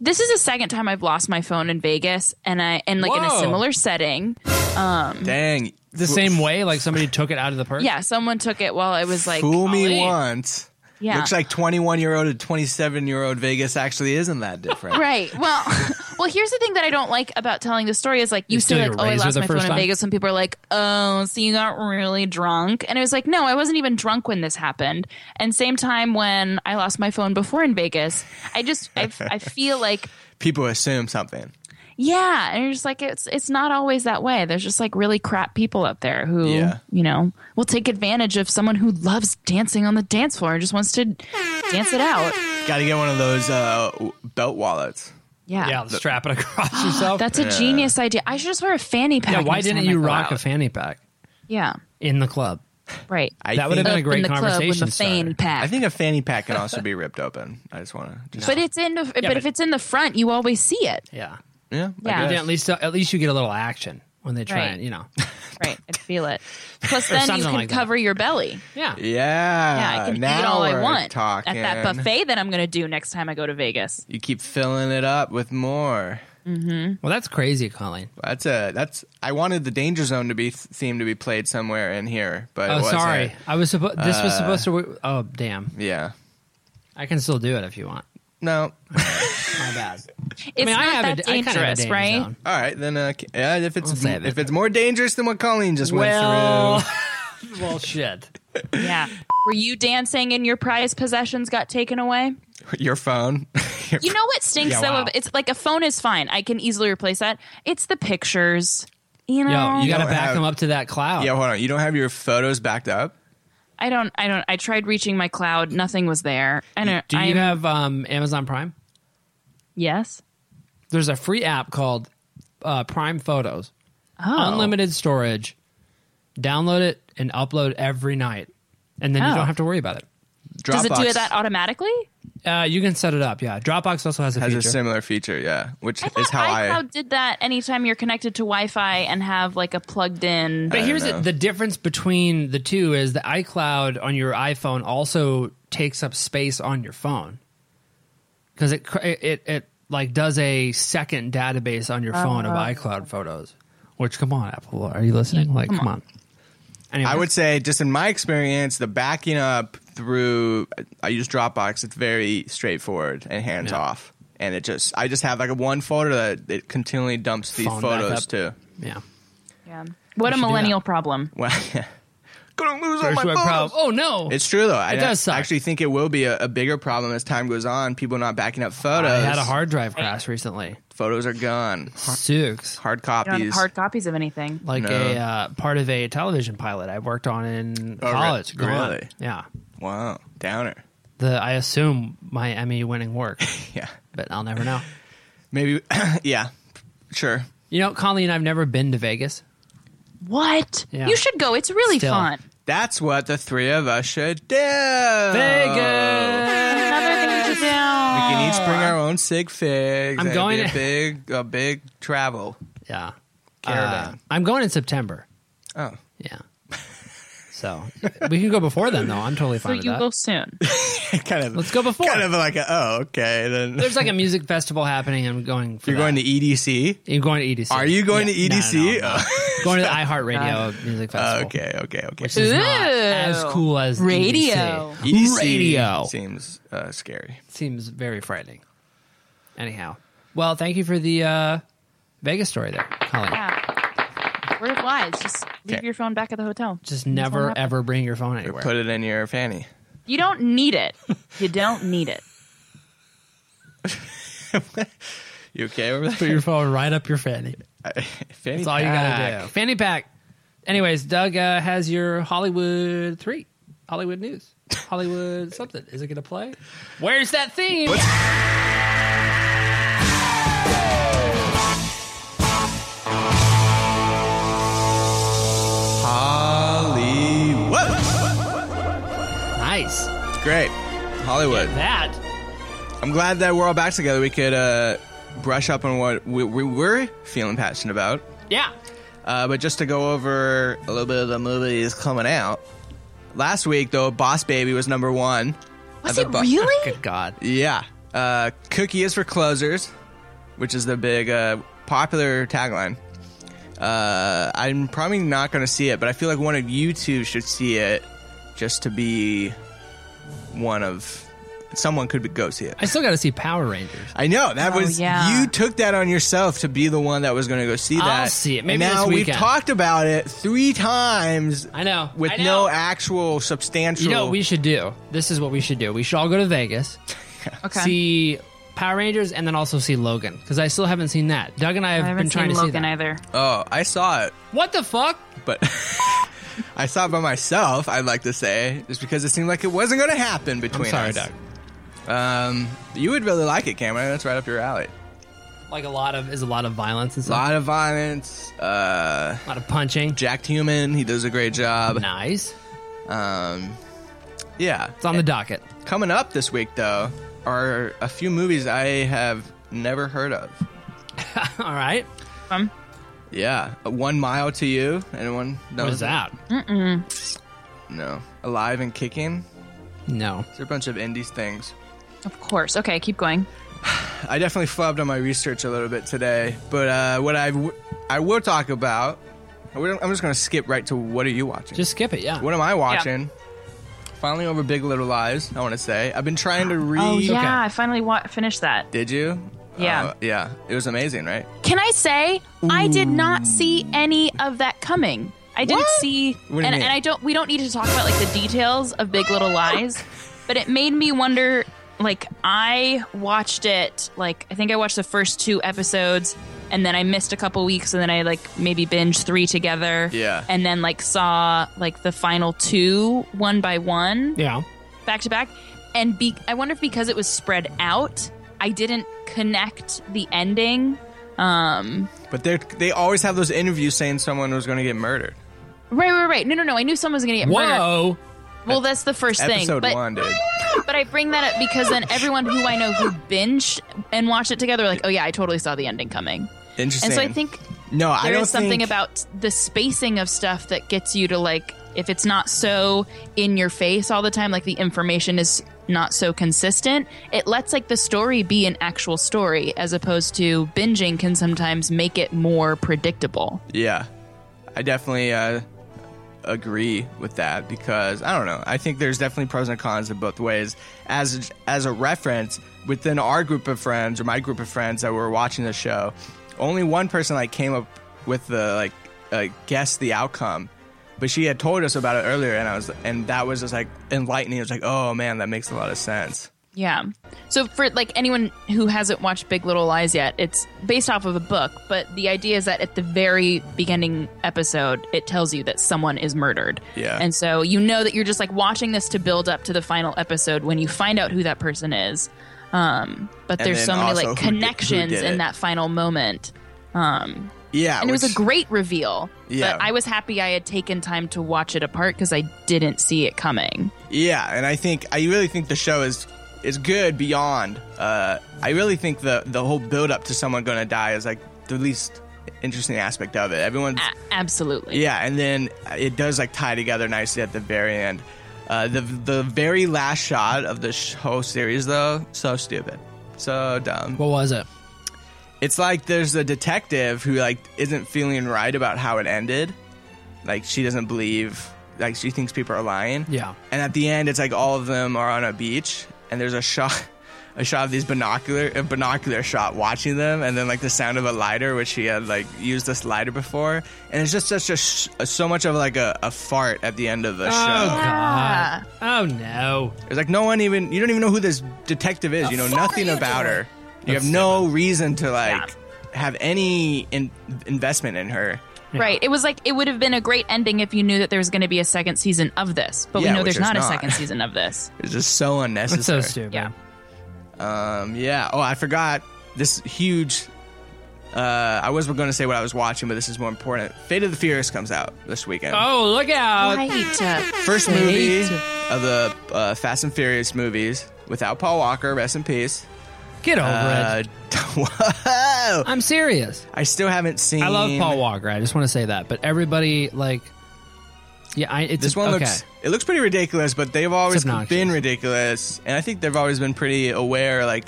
[SPEAKER 4] this is the second time I've lost my phone in Vegas, and I and like in a
[SPEAKER 3] Whoa.
[SPEAKER 4] similar setting. Mm.
[SPEAKER 2] Dang.
[SPEAKER 3] The same way, like somebody took it out of the purse.
[SPEAKER 4] Yeah, someone took it while I was like,
[SPEAKER 2] Fool me
[SPEAKER 3] golly.
[SPEAKER 2] once.
[SPEAKER 4] yeah,
[SPEAKER 2] Looks like 21 year old to 27 year old Vegas actually isn't that different.
[SPEAKER 4] right. Well, (laughs) well, here's the thing that I don't like about telling the story is like you
[SPEAKER 3] steal
[SPEAKER 4] say like,
[SPEAKER 3] your
[SPEAKER 4] oh, I
[SPEAKER 3] razor
[SPEAKER 4] lost
[SPEAKER 3] the
[SPEAKER 4] my phone
[SPEAKER 3] first
[SPEAKER 4] in
[SPEAKER 3] time?
[SPEAKER 4] Vegas, and people are like, oh, so you got really drunk, and it was like, no, I wasn't even drunk when this happened. And same time when I lost my phone before in Vegas, I just I, I feel like.
[SPEAKER 2] People assume something.
[SPEAKER 4] Yeah, and you're just like it's it's not always that way. There's just like really crap people out there who
[SPEAKER 2] Yeah.
[SPEAKER 4] you know will take advantage of someone who loves dancing on the dance floor and just wants to dance it out.
[SPEAKER 2] Got to get one of those uh, w- belt wallets.
[SPEAKER 4] Yeah,
[SPEAKER 3] yeah. Strap it
[SPEAKER 4] (gasps)
[SPEAKER 3] across yourself.
[SPEAKER 4] that's a genius idea. I should just wear a fanny pack.
[SPEAKER 3] yeah. Why
[SPEAKER 4] next
[SPEAKER 3] didn't
[SPEAKER 4] time I
[SPEAKER 3] you
[SPEAKER 4] go
[SPEAKER 3] rock a
[SPEAKER 4] out.
[SPEAKER 3] fanny pack
[SPEAKER 4] yeah,
[SPEAKER 3] in the club?
[SPEAKER 4] right.
[SPEAKER 2] I
[SPEAKER 3] That would have
[SPEAKER 2] think-
[SPEAKER 3] been a
[SPEAKER 4] Up
[SPEAKER 3] great
[SPEAKER 4] in the club
[SPEAKER 3] conversation
[SPEAKER 4] with a fanny
[SPEAKER 3] starter.
[SPEAKER 4] pack.
[SPEAKER 2] I think a fanny pack can also be ripped open. I just want to. Just,
[SPEAKER 4] but it's in the but,
[SPEAKER 3] but-
[SPEAKER 4] if it's in the front, you always see it.
[SPEAKER 3] Yeah.
[SPEAKER 2] yeah. I
[SPEAKER 4] Yeah.
[SPEAKER 2] guess.
[SPEAKER 3] Yeah, at least at least you get a little action when they try
[SPEAKER 4] Right.
[SPEAKER 3] and you (laughs) know.
[SPEAKER 4] Right, I feel it.
[SPEAKER 3] (laughs)
[SPEAKER 4] Plus, then you
[SPEAKER 3] something
[SPEAKER 4] can
[SPEAKER 3] like that.
[SPEAKER 4] cover your belly.
[SPEAKER 3] Yeah.
[SPEAKER 2] Yeah.
[SPEAKER 4] Yeah, I can
[SPEAKER 2] Uh, now
[SPEAKER 4] eat all I
[SPEAKER 2] we're
[SPEAKER 4] want
[SPEAKER 2] Talking.
[SPEAKER 4] at that buffet that I'm going to do next time I go to Vegas.
[SPEAKER 2] You keep filling it up with more.
[SPEAKER 3] Well, that's crazy, Colleen.
[SPEAKER 2] That's a that's. I wanted the danger zone to be theme to be played somewhere in here, but it
[SPEAKER 3] Oh,
[SPEAKER 2] wasn't.
[SPEAKER 3] sorry. I was supposed. This was supposed to. Oh, damn.
[SPEAKER 2] Yeah.
[SPEAKER 3] I can still do it if you want.
[SPEAKER 2] No.
[SPEAKER 3] My bad.
[SPEAKER 4] It's
[SPEAKER 3] I mean,
[SPEAKER 4] not
[SPEAKER 3] I have
[SPEAKER 4] that
[SPEAKER 3] a, I kinda have
[SPEAKER 4] dangerous,
[SPEAKER 3] a danger
[SPEAKER 2] (laughs)
[SPEAKER 4] right?
[SPEAKER 3] zone.
[SPEAKER 2] All right, then. Uh, c- yeah, if it's
[SPEAKER 3] I'll save it.
[SPEAKER 2] if it's more dangerous than what Colleen just
[SPEAKER 3] Well,
[SPEAKER 2] went through,
[SPEAKER 3] (laughs) well, shit.
[SPEAKER 4] Yeah. Were you dancing and your prized possessions got taken away?
[SPEAKER 2] (laughs) your phone.
[SPEAKER 4] You know what stinks
[SPEAKER 3] Yeah,
[SPEAKER 4] though?
[SPEAKER 3] wow.
[SPEAKER 4] ab- It's like a phone is fine. I can easily replace that. It's the pictures. You know,
[SPEAKER 3] Yo, you got to
[SPEAKER 2] don't
[SPEAKER 3] back
[SPEAKER 2] have-
[SPEAKER 3] them up to that cloud.
[SPEAKER 2] yeah, hold on. You don't have your photos backed up.
[SPEAKER 4] I don't. I don't. I tried reaching my cloud. Nothing was there. I don't.
[SPEAKER 3] Do you
[SPEAKER 4] I'm-
[SPEAKER 3] have um, Amazon Prime?
[SPEAKER 4] Yes.
[SPEAKER 3] There's a free app called uh, Prime Photos.
[SPEAKER 4] Oh.
[SPEAKER 3] Unlimited storage. Download it and upload every night, and then you
[SPEAKER 4] Oh.
[SPEAKER 3] don't have to worry about it.
[SPEAKER 4] Does it do
[SPEAKER 2] Dropbox
[SPEAKER 4] that automatically?
[SPEAKER 3] Uh, you can set it up. Yeah, Dropbox also has a
[SPEAKER 2] has
[SPEAKER 3] feature.
[SPEAKER 2] a similar feature, yeah, which
[SPEAKER 4] I
[SPEAKER 2] is
[SPEAKER 4] thought
[SPEAKER 2] how I.
[SPEAKER 4] iCloud did that. Anytime you're connected to Wi-Fi and have like a plugged in.
[SPEAKER 3] But here's
[SPEAKER 2] know.
[SPEAKER 3] the, the difference between the two is the iCloud on your iPhone also takes up space on your phone because it, cr- it it it like does a second database on your phone of iCloud photos. Which come on, Apple, are you listening? Like, come, on. Anyway,
[SPEAKER 2] I would say, just in my experience, the backing up through I use Dropbox. It's very straightforward and hands off, and it just I just have like a one folder that it continually dumps these
[SPEAKER 3] Phone
[SPEAKER 2] photos
[SPEAKER 3] backup.
[SPEAKER 2] to.
[SPEAKER 3] yeah.
[SPEAKER 4] Yeah. What a
[SPEAKER 3] should do
[SPEAKER 4] millennial
[SPEAKER 3] that.
[SPEAKER 4] problem.
[SPEAKER 2] Well, gonna lose all
[SPEAKER 3] First
[SPEAKER 2] my
[SPEAKER 3] world
[SPEAKER 2] photos.
[SPEAKER 3] problem. Oh no,
[SPEAKER 2] It's true though. I
[SPEAKER 3] It does suck.
[SPEAKER 2] actually think it will be a, a bigger problem as time goes on. People not backing up photos.
[SPEAKER 3] I had a hard drive crash recently.
[SPEAKER 2] photos are gone.
[SPEAKER 3] Six.
[SPEAKER 2] Hard
[SPEAKER 4] You don't have
[SPEAKER 2] copies.
[SPEAKER 4] hard copies of anything.
[SPEAKER 3] Like
[SPEAKER 2] No.
[SPEAKER 3] a uh, part of a television pilot I worked on in
[SPEAKER 2] Oh, re-
[SPEAKER 3] college. Gone.
[SPEAKER 2] really?
[SPEAKER 3] Yeah.
[SPEAKER 2] Wow. Downer.
[SPEAKER 3] The I assume my Emmy winning work,
[SPEAKER 2] (laughs) Yeah.
[SPEAKER 3] but I'll never know.
[SPEAKER 2] Maybe. (clears throat) yeah. Sure.
[SPEAKER 3] You know, Colleen, I've never been to Vegas.
[SPEAKER 4] What?
[SPEAKER 3] Yeah.
[SPEAKER 4] You should go. It's really
[SPEAKER 3] Still.
[SPEAKER 4] fun.
[SPEAKER 2] That's what the three of us should do. Oh.
[SPEAKER 3] Vegas.
[SPEAKER 4] Another thing to do.
[SPEAKER 2] We can each bring our own sig figs.
[SPEAKER 3] Oh. I'm
[SPEAKER 2] and it'd
[SPEAKER 3] going
[SPEAKER 2] be a
[SPEAKER 3] to-
[SPEAKER 2] big, a big (laughs) travel.
[SPEAKER 3] Yeah.
[SPEAKER 2] Caravan.
[SPEAKER 3] Uh, I'm going in September.
[SPEAKER 2] Oh,
[SPEAKER 3] Yeah. So we can go before then, though. I'm totally
[SPEAKER 4] So
[SPEAKER 3] fine with
[SPEAKER 4] you
[SPEAKER 3] that.
[SPEAKER 4] go soon.
[SPEAKER 2] kind of.
[SPEAKER 3] Let's go before.
[SPEAKER 2] Kind of like a. Oh, okay. Then
[SPEAKER 3] There's like a music festival happening. I'm going. For
[SPEAKER 2] you're going to E EDC.
[SPEAKER 3] You're going to EDC.
[SPEAKER 2] Are you going
[SPEAKER 3] Yeah.
[SPEAKER 2] to E
[SPEAKER 3] No, no,
[SPEAKER 2] EDC?
[SPEAKER 3] no, no. going
[SPEAKER 2] (laughs)
[SPEAKER 3] to the iHeartRadio
[SPEAKER 4] Uh,
[SPEAKER 3] Music
[SPEAKER 2] Oh,
[SPEAKER 3] Festival.
[SPEAKER 2] okay. Okay. Okay.
[SPEAKER 3] Which is not
[SPEAKER 4] Ooh.
[SPEAKER 3] as cool as E
[SPEAKER 4] Radio.
[SPEAKER 3] EDC.
[SPEAKER 2] EDC
[SPEAKER 3] Radio.
[SPEAKER 2] seems uh, scary.
[SPEAKER 3] Seems very frightening. Anyhow, well, thank you for the uh, Vegas story there, Colin.
[SPEAKER 4] Yeah. Word of wise. Just leave
[SPEAKER 2] Okay.
[SPEAKER 4] your phone back at the hotel.
[SPEAKER 3] Just
[SPEAKER 4] That's what
[SPEAKER 3] never
[SPEAKER 4] happened.
[SPEAKER 3] ever bring your phone anywhere.
[SPEAKER 2] Put it in your fanny.
[SPEAKER 4] You don't need it.
[SPEAKER 3] (laughs)
[SPEAKER 4] You don't need it.
[SPEAKER 2] You okay over
[SPEAKER 3] Put
[SPEAKER 2] there? (laughs)
[SPEAKER 3] your phone right up your fanny.
[SPEAKER 2] fanny
[SPEAKER 3] That's all you gotta do. Fanny pack. Anyways, Doug uh, has your Hollywood three, Hollywood news, Hollywood something. Is it gonna play? Where's that theme?
[SPEAKER 2] Hollywood.
[SPEAKER 3] Nice.
[SPEAKER 2] Great. Hollywood.
[SPEAKER 3] That.
[SPEAKER 2] I'm glad that we're all back together. We could uh, brush up on what we, we were feeling passionate about.
[SPEAKER 3] Yeah.
[SPEAKER 2] Uh, but just to go over a little bit of the movies coming out. Last week, though, Boss Baby was number one.
[SPEAKER 4] Was
[SPEAKER 2] Uh,
[SPEAKER 4] it
[SPEAKER 2] the bu-
[SPEAKER 4] really?
[SPEAKER 3] Good God.
[SPEAKER 2] Yeah. Uh, cookie is for closers, which is the big uh, popular tagline. Uh, I'm probably not going to see it, but I feel like one of you two should see it just to be one of. Someone could be- go see it.
[SPEAKER 3] I still got to see Power Rangers.
[SPEAKER 2] I know that
[SPEAKER 3] Oh,
[SPEAKER 2] was
[SPEAKER 4] yeah.
[SPEAKER 2] you took that on yourself to be the one that was going to go see
[SPEAKER 3] I'll
[SPEAKER 2] that.
[SPEAKER 3] see it. Maybe
[SPEAKER 2] now
[SPEAKER 3] this
[SPEAKER 2] we've
[SPEAKER 3] weekend.
[SPEAKER 2] talked about it three times.
[SPEAKER 3] I know.
[SPEAKER 2] with
[SPEAKER 3] I know.
[SPEAKER 2] no actual substantial.
[SPEAKER 3] You know what we should do? This is what we should do. We should all go to Vegas,
[SPEAKER 4] Okay.
[SPEAKER 3] see Power Rangers, and then also see Logan because I still haven't seen that. Doug and I have
[SPEAKER 4] I
[SPEAKER 3] been
[SPEAKER 4] haven't
[SPEAKER 3] trying
[SPEAKER 4] seen
[SPEAKER 3] to see
[SPEAKER 4] Logan
[SPEAKER 3] that.
[SPEAKER 4] either.
[SPEAKER 2] oh, I saw it,
[SPEAKER 3] What the fuck?
[SPEAKER 2] but (laughs) I saw it by myself. I'd like to say just because it seemed like it wasn't going to happen
[SPEAKER 3] I'm
[SPEAKER 2] between
[SPEAKER 3] sorry,
[SPEAKER 2] us.
[SPEAKER 3] Doug.
[SPEAKER 2] Um, you would really like it, Cameron. That's right up your alley.
[SPEAKER 3] Like a lot of is a lot of violence and
[SPEAKER 2] A
[SPEAKER 3] stuff.
[SPEAKER 2] lot of violence. Uh,
[SPEAKER 3] a lot of punching.
[SPEAKER 2] Jack Human, he does a great job.
[SPEAKER 3] Nice.
[SPEAKER 2] Um, yeah.
[SPEAKER 3] It's on the docket. (laughs)
[SPEAKER 2] Coming up this week, though, are a few movies I have never heard of.
[SPEAKER 3] All right.
[SPEAKER 4] Um,
[SPEAKER 2] Yeah, Uh, One Mile to You. Anyone? know
[SPEAKER 3] What is that?
[SPEAKER 2] No, Alive and Kicking.
[SPEAKER 3] No.
[SPEAKER 2] It's a bunch of indies things.
[SPEAKER 4] of course. Okay, keep going.
[SPEAKER 2] I definitely flubbed on my research a little bit today, but uh, what I w- I will talk about, I will- I'm just going to skip right to what are you watching?
[SPEAKER 3] Just skip it. Yeah.
[SPEAKER 2] what am I watching? Finally over Big Little Lies. I want to say I've been trying to read.
[SPEAKER 4] Oh yeah,
[SPEAKER 3] Okay.
[SPEAKER 4] I finally wa- finished that.
[SPEAKER 2] Did you?
[SPEAKER 4] Yeah.
[SPEAKER 2] Uh, yeah. It was amazing, right?
[SPEAKER 4] Can I say I did not see any of that coming? I didn't
[SPEAKER 2] What?
[SPEAKER 4] see,
[SPEAKER 2] What do you
[SPEAKER 4] and,
[SPEAKER 2] mean? Ah!
[SPEAKER 4] and I don't. We don't need to talk about like the details of Big Little Lies, but it made me wonder. Like I watched it. Like I think I watched the first two episodes, and then I missed a couple weeks, and then I like maybe binged three together.
[SPEAKER 2] Yeah.
[SPEAKER 4] and then like saw like the final two one by one
[SPEAKER 3] Yeah.
[SPEAKER 4] back to back and be- i wonder if because it was spread out i didn't connect the ending um
[SPEAKER 2] But they they always have those interviews saying someone was going to get murdered.
[SPEAKER 4] right right right no no no i knew someone was gonna get murdered
[SPEAKER 3] Whoa.
[SPEAKER 4] well that's the first thing
[SPEAKER 2] Episode
[SPEAKER 4] but,
[SPEAKER 2] one, dude.
[SPEAKER 4] but i bring that up because then everyone who i know who binged and watched it together were like oh yeah i totally saw the ending coming
[SPEAKER 2] Interesting.
[SPEAKER 4] and so i think
[SPEAKER 2] no, I
[SPEAKER 4] there
[SPEAKER 2] don't
[SPEAKER 4] is something
[SPEAKER 2] think-
[SPEAKER 4] about the spacing of stuff that gets you to like if it's not so in your face all the time like the information is not so consistent it lets like the story be an actual story as opposed to binging can sometimes make it more predictable
[SPEAKER 2] Yeah, I definitely uh, agree with that because I don't know. I think there's definitely pros and cons of both ways. As as a reference, within our group of friends or my group of friends that were watching the show, only one person like came up with the like uh, guess the outcome, But she had told us about it earlier, and I was, and that was just like enlightening. It was like, oh man, that makes a lot of sense.
[SPEAKER 4] Yeah. So for like anyone who hasn't watched Big Little Lies yet, it's based off of a book, but the idea is that at the very beginning episode, it tells you that someone is murdered.
[SPEAKER 2] Yeah.
[SPEAKER 4] And so you know that you're just like watching this to build up to the final episode when you find out who that person is. Um, but
[SPEAKER 2] And
[SPEAKER 4] there's
[SPEAKER 2] then
[SPEAKER 4] so many
[SPEAKER 2] also
[SPEAKER 4] like
[SPEAKER 2] who did- who
[SPEAKER 4] connections
[SPEAKER 2] did it.
[SPEAKER 4] in that final moment. Um,
[SPEAKER 2] Yeah,
[SPEAKER 4] and it was
[SPEAKER 2] which-
[SPEAKER 4] a great reveal.
[SPEAKER 2] Yeah.
[SPEAKER 4] But I was happy I had taken time to watch it apart because I didn't see it coming.
[SPEAKER 2] Yeah, and I think I really think the show is is good beyond. Uh, I really think the the whole build up to someone going to die is like the least interesting aspect of it. Everyone's
[SPEAKER 4] A- absolutely.
[SPEAKER 2] yeah, and then it does like tie together nicely at the very end. Uh, the the very last shot of the sh- whole series though, so stupid, so dumb.
[SPEAKER 3] What was it?
[SPEAKER 2] It's like there's a detective who like isn't feeling right about how it ended. Like she doesn't believe like she thinks people are lying.
[SPEAKER 3] Yeah.
[SPEAKER 2] And at the end it's like all of them are on a beach and there's a shot (laughs) a shot of these binocular a binocular shot watching them and then like the sound of a lighter which he had like used this lighter before and it's just such a sh- so much of like a, a fart at the end of the show.
[SPEAKER 3] God. Oh no.
[SPEAKER 2] It's like no one even you don't even know who this detective is. You know nothing about her. You have no reason to like have any in- investment in her.
[SPEAKER 4] Right. It was like it would have been a great ending if you knew that there was going to be a second season of this, but
[SPEAKER 2] Yeah,
[SPEAKER 4] we know
[SPEAKER 2] which
[SPEAKER 4] there's
[SPEAKER 2] there's
[SPEAKER 4] not, a
[SPEAKER 2] not.
[SPEAKER 4] second season
[SPEAKER 2] (laughs)
[SPEAKER 4] of this.
[SPEAKER 2] It's just so unnecessary.
[SPEAKER 3] That's so stupid.
[SPEAKER 4] Yeah.
[SPEAKER 2] Um, yeah. Oh, I forgot this huge. Uh, I was going to say what I was watching, but this is more important. Fate of the Furious comes out this weekend.
[SPEAKER 3] Oh, look out.
[SPEAKER 4] Right.
[SPEAKER 2] First movie of the uh, Fast and Furious movies without Paul Walker. Rest in peace.
[SPEAKER 3] Get over
[SPEAKER 2] Uh, (laughs)
[SPEAKER 3] it.
[SPEAKER 2] whoa!
[SPEAKER 3] I'm serious.
[SPEAKER 2] I still haven't seen.
[SPEAKER 3] I love Paul Walker. I just want to say that. But everybody, like, yeah, I, it's
[SPEAKER 2] This one
[SPEAKER 3] okay.
[SPEAKER 2] looks it looks pretty ridiculous, but they've always
[SPEAKER 3] obnoxious.
[SPEAKER 2] been ridiculous, and I think they've always been pretty aware, like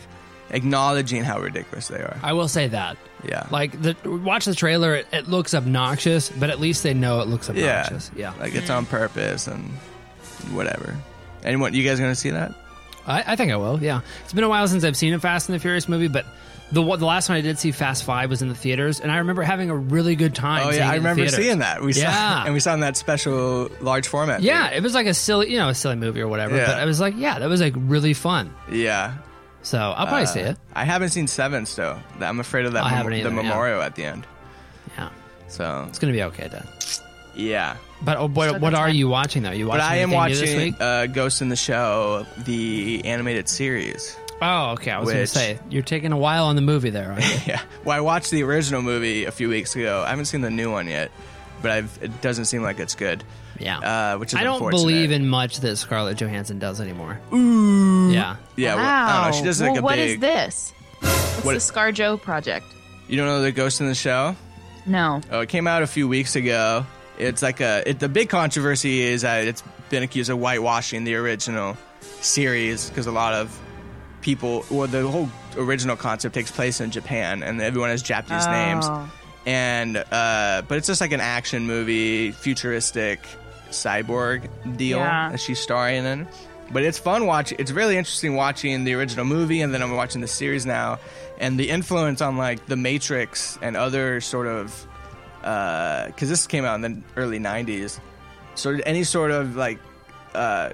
[SPEAKER 2] acknowledging how ridiculous they are.
[SPEAKER 3] I will say that.
[SPEAKER 2] Yeah.
[SPEAKER 3] Like, the, watch the trailer. It, it looks obnoxious, but at least they know it looks
[SPEAKER 2] Yeah,
[SPEAKER 3] obnoxious. Yeah.
[SPEAKER 2] Like it's on purpose and whatever. Anyone, you guys gonna see that?
[SPEAKER 3] I, I think I will. Yeah, it's been a while since I've seen a Fast and the Furious movie, but the one- the last time I did see Fast Five was in the theaters, and I remember having a really good time.
[SPEAKER 2] Oh
[SPEAKER 3] seeing
[SPEAKER 2] yeah,
[SPEAKER 3] it
[SPEAKER 2] I
[SPEAKER 3] in
[SPEAKER 2] remember
[SPEAKER 3] theaters.
[SPEAKER 2] seeing that. We
[SPEAKER 3] Yeah.
[SPEAKER 2] saw and we saw in that special large format.
[SPEAKER 3] Yeah, it was like a silly, you know, a silly movie or whatever.
[SPEAKER 2] Yeah.
[SPEAKER 3] But I was like, yeah, that was like really fun.
[SPEAKER 2] theater. yeah.
[SPEAKER 3] So I'll probably see it.
[SPEAKER 2] I haven't seen Seven, so I'm afraid of that.
[SPEAKER 3] I haven't either,
[SPEAKER 2] the
[SPEAKER 3] yeah.
[SPEAKER 2] memorial at the end.
[SPEAKER 3] Yeah,
[SPEAKER 2] So
[SPEAKER 3] it's gonna be okay then.
[SPEAKER 2] yeah,
[SPEAKER 3] But oh boy, what are you watching though? You watching?
[SPEAKER 2] but I am
[SPEAKER 3] anything new this
[SPEAKER 2] watching
[SPEAKER 3] week?
[SPEAKER 2] uh, Ghost in the Show, the animated series.
[SPEAKER 3] oh, okay. I was gonna
[SPEAKER 2] which-
[SPEAKER 3] say you're taking a while on the movie there. Aren't you?
[SPEAKER 2] (laughs) Yeah. Well, I watched the original movie a few weeks ago. I haven't seen the new one yet, but I've, it doesn't seem like it's good.
[SPEAKER 3] yeah.
[SPEAKER 2] Uh, which is
[SPEAKER 3] I don't
[SPEAKER 2] unfortunate.
[SPEAKER 3] believe in much that Scarlett Johansson does anymore. Yeah.
[SPEAKER 2] Yeah. Well, I
[SPEAKER 4] Wow.
[SPEAKER 2] don't know. She does
[SPEAKER 4] well,
[SPEAKER 2] like a
[SPEAKER 4] what
[SPEAKER 2] big.
[SPEAKER 4] is this? What's
[SPEAKER 2] What-
[SPEAKER 4] the Scar Joe project?
[SPEAKER 2] You don't know the Ghost in the Show?
[SPEAKER 4] No.
[SPEAKER 2] Oh, it came out a few weeks ago. It's like a it, the big controversy is that it's been accused of whitewashing the original series because a lot of people, well, the whole original concept takes place in Japan and everyone has Japanese names.
[SPEAKER 4] Oh.
[SPEAKER 2] And uh, but it's just like an action movie, futuristic cyborg deal
[SPEAKER 4] Yeah.
[SPEAKER 2] that she's starring in. But it's fun watch. It's really interesting watching the original movie, and then I'm watching the series now, and the influence on like The Matrix and other sort of because this came out in the early 90s so any sort of like uh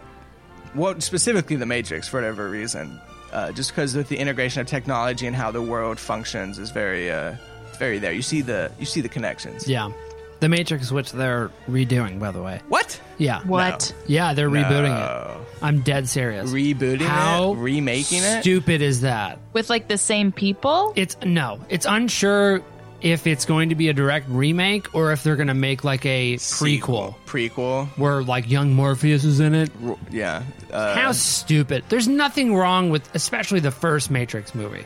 [SPEAKER 2] well specifically the matrix for whatever reason uh, just because with the integration of technology and how the world functions is very uh very there you see the you see the connections
[SPEAKER 3] Yeah. The Matrix, which they're redoing, by the way.
[SPEAKER 2] what
[SPEAKER 3] Yeah.
[SPEAKER 4] What?
[SPEAKER 3] Yeah, they're rebooting it. I'm dead serious.
[SPEAKER 2] Rebooting it?
[SPEAKER 3] How
[SPEAKER 2] Remaking it?
[SPEAKER 3] Stupid is that?
[SPEAKER 4] With like the same people?
[SPEAKER 3] It's no. It's unsure if it's going to be a direct remake or if they're going to make like a prequel
[SPEAKER 2] prequel
[SPEAKER 3] where like young Morpheus is in it.
[SPEAKER 2] Ro- yeah uh,
[SPEAKER 3] How stupid! There's nothing wrong with, especially the first Matrix movie.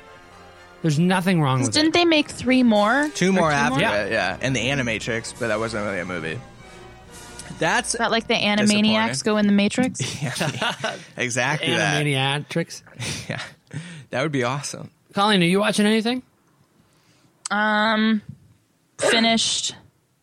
[SPEAKER 3] There's nothing wrong with
[SPEAKER 4] Didn't
[SPEAKER 3] it.
[SPEAKER 4] they make three more?
[SPEAKER 2] two more after
[SPEAKER 3] Yeah.
[SPEAKER 2] it yeah and the animatrix but that wasn't really a movie that's
[SPEAKER 4] Not like the Animaniacs
[SPEAKER 2] Disappointing.
[SPEAKER 4] go in
[SPEAKER 2] (laughs)
[SPEAKER 4] the Matrix?
[SPEAKER 2] exactly that
[SPEAKER 3] Animaniacs.
[SPEAKER 2] yeah that would be awesome
[SPEAKER 3] Colleen, are you watching anything?
[SPEAKER 4] Finished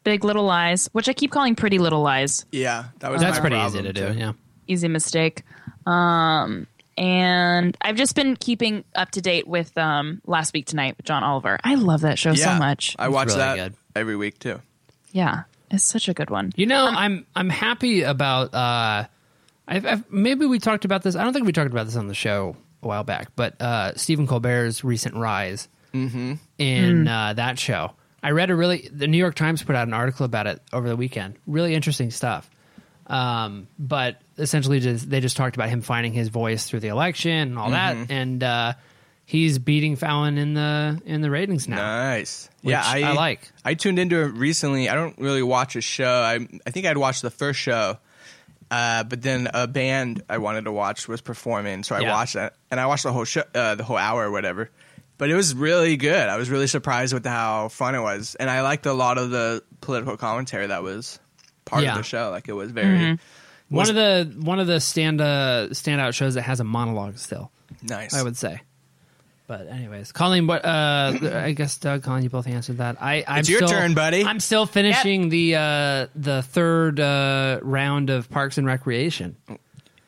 [SPEAKER 4] Big Little Lies, which I keep calling Pretty Little Lies.
[SPEAKER 2] yeah that was
[SPEAKER 3] That's
[SPEAKER 2] my
[SPEAKER 3] pretty easy
[SPEAKER 2] problem,
[SPEAKER 3] to do.
[SPEAKER 2] too.
[SPEAKER 3] Yeah.
[SPEAKER 4] easy mistake. Um, and I've just been keeping up to date with um, Last Week Tonight with John Oliver. I love that show so much.
[SPEAKER 2] I watch
[SPEAKER 3] really
[SPEAKER 2] that
[SPEAKER 3] good.
[SPEAKER 2] every week too.
[SPEAKER 4] yeah. is such a good one.
[SPEAKER 3] You know, I'm I'm happy about. Uh, I've, I've, maybe we talked about this. I don't think we talked about this on the show a while back, but uh, Stephen Colbert's recent rise
[SPEAKER 2] Mm-hmm.
[SPEAKER 3] in uh, that show. I read a really. The New York Times put out an article about it over the weekend. Really interesting stuff. Um, but essentially, just, they just talked about him finding his voice through the election and all
[SPEAKER 2] Mm-hmm.
[SPEAKER 3] that, and uh, he's beating Fallon in the in the ratings now.
[SPEAKER 2] Nice.
[SPEAKER 3] Which
[SPEAKER 2] yeah, I,
[SPEAKER 3] I like.
[SPEAKER 2] I tuned into it recently. I don't really watch a show. I I think I'd watched the first show, uh, but then a band I wanted to watch was performing, so I
[SPEAKER 3] Yeah.
[SPEAKER 2] watched that, and I watched the whole show, uh, the whole hour or whatever. But it was really good. I was really surprised with how fun it was, and I liked a lot of the political commentary that was part
[SPEAKER 3] Yeah.
[SPEAKER 2] of the show. Like it was very
[SPEAKER 3] One of the one of the stand uh, standout shows that has a monologue still.
[SPEAKER 2] nice.
[SPEAKER 3] I would say. But anyways, Colleen, what? Uh, I guess Doug, Colleen, you both answered that. I, I'm
[SPEAKER 2] It's your
[SPEAKER 3] still-
[SPEAKER 2] turn, buddy.
[SPEAKER 3] I'm still finishing the uh, the third uh, round of Parks and Recreation.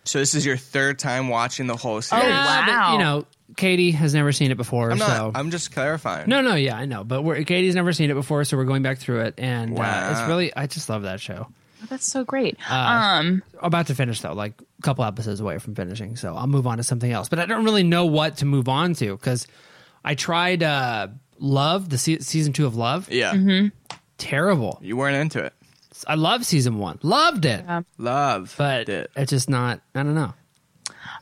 [SPEAKER 2] so this is your third time watching the whole series.
[SPEAKER 3] Yeah, Uh, but,
[SPEAKER 4] wow.
[SPEAKER 3] you know, Katie has never seen it before,
[SPEAKER 2] I'm not.
[SPEAKER 3] so
[SPEAKER 2] I'm just clarifying.
[SPEAKER 3] no, no, yeah, I know. But we're, Katie's never seen it before, so we're going back through it, and uh,
[SPEAKER 2] Wow.
[SPEAKER 3] it's really I just love that show.
[SPEAKER 4] Oh, That's so great. um,
[SPEAKER 3] About to finish though, like a couple episodes away from finishing, so I'll move on to something else. But I don't really know what to move on to because I tried uh, Love, the se- season two of Love.
[SPEAKER 2] Yeah,
[SPEAKER 3] terrible.
[SPEAKER 2] you weren't into it.
[SPEAKER 3] I love season one, loved it,
[SPEAKER 2] Love,
[SPEAKER 3] but
[SPEAKER 2] it.
[SPEAKER 3] it's just not. I don't know.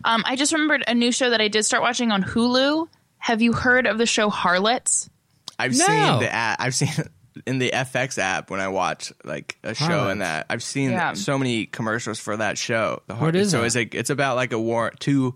[SPEAKER 4] um, I just remembered a new show that I did start watching on Hulu. Have you heard of the show Harlots?
[SPEAKER 2] I've
[SPEAKER 3] No.
[SPEAKER 2] seen the app. I've seen (laughs) it in the FX app when I watch like a show
[SPEAKER 3] Harlots.
[SPEAKER 2] and that. I've seen
[SPEAKER 4] Yeah.
[SPEAKER 2] so many commercials for that show. The
[SPEAKER 3] What is
[SPEAKER 2] so
[SPEAKER 3] it?
[SPEAKER 2] it's like it's about like a war two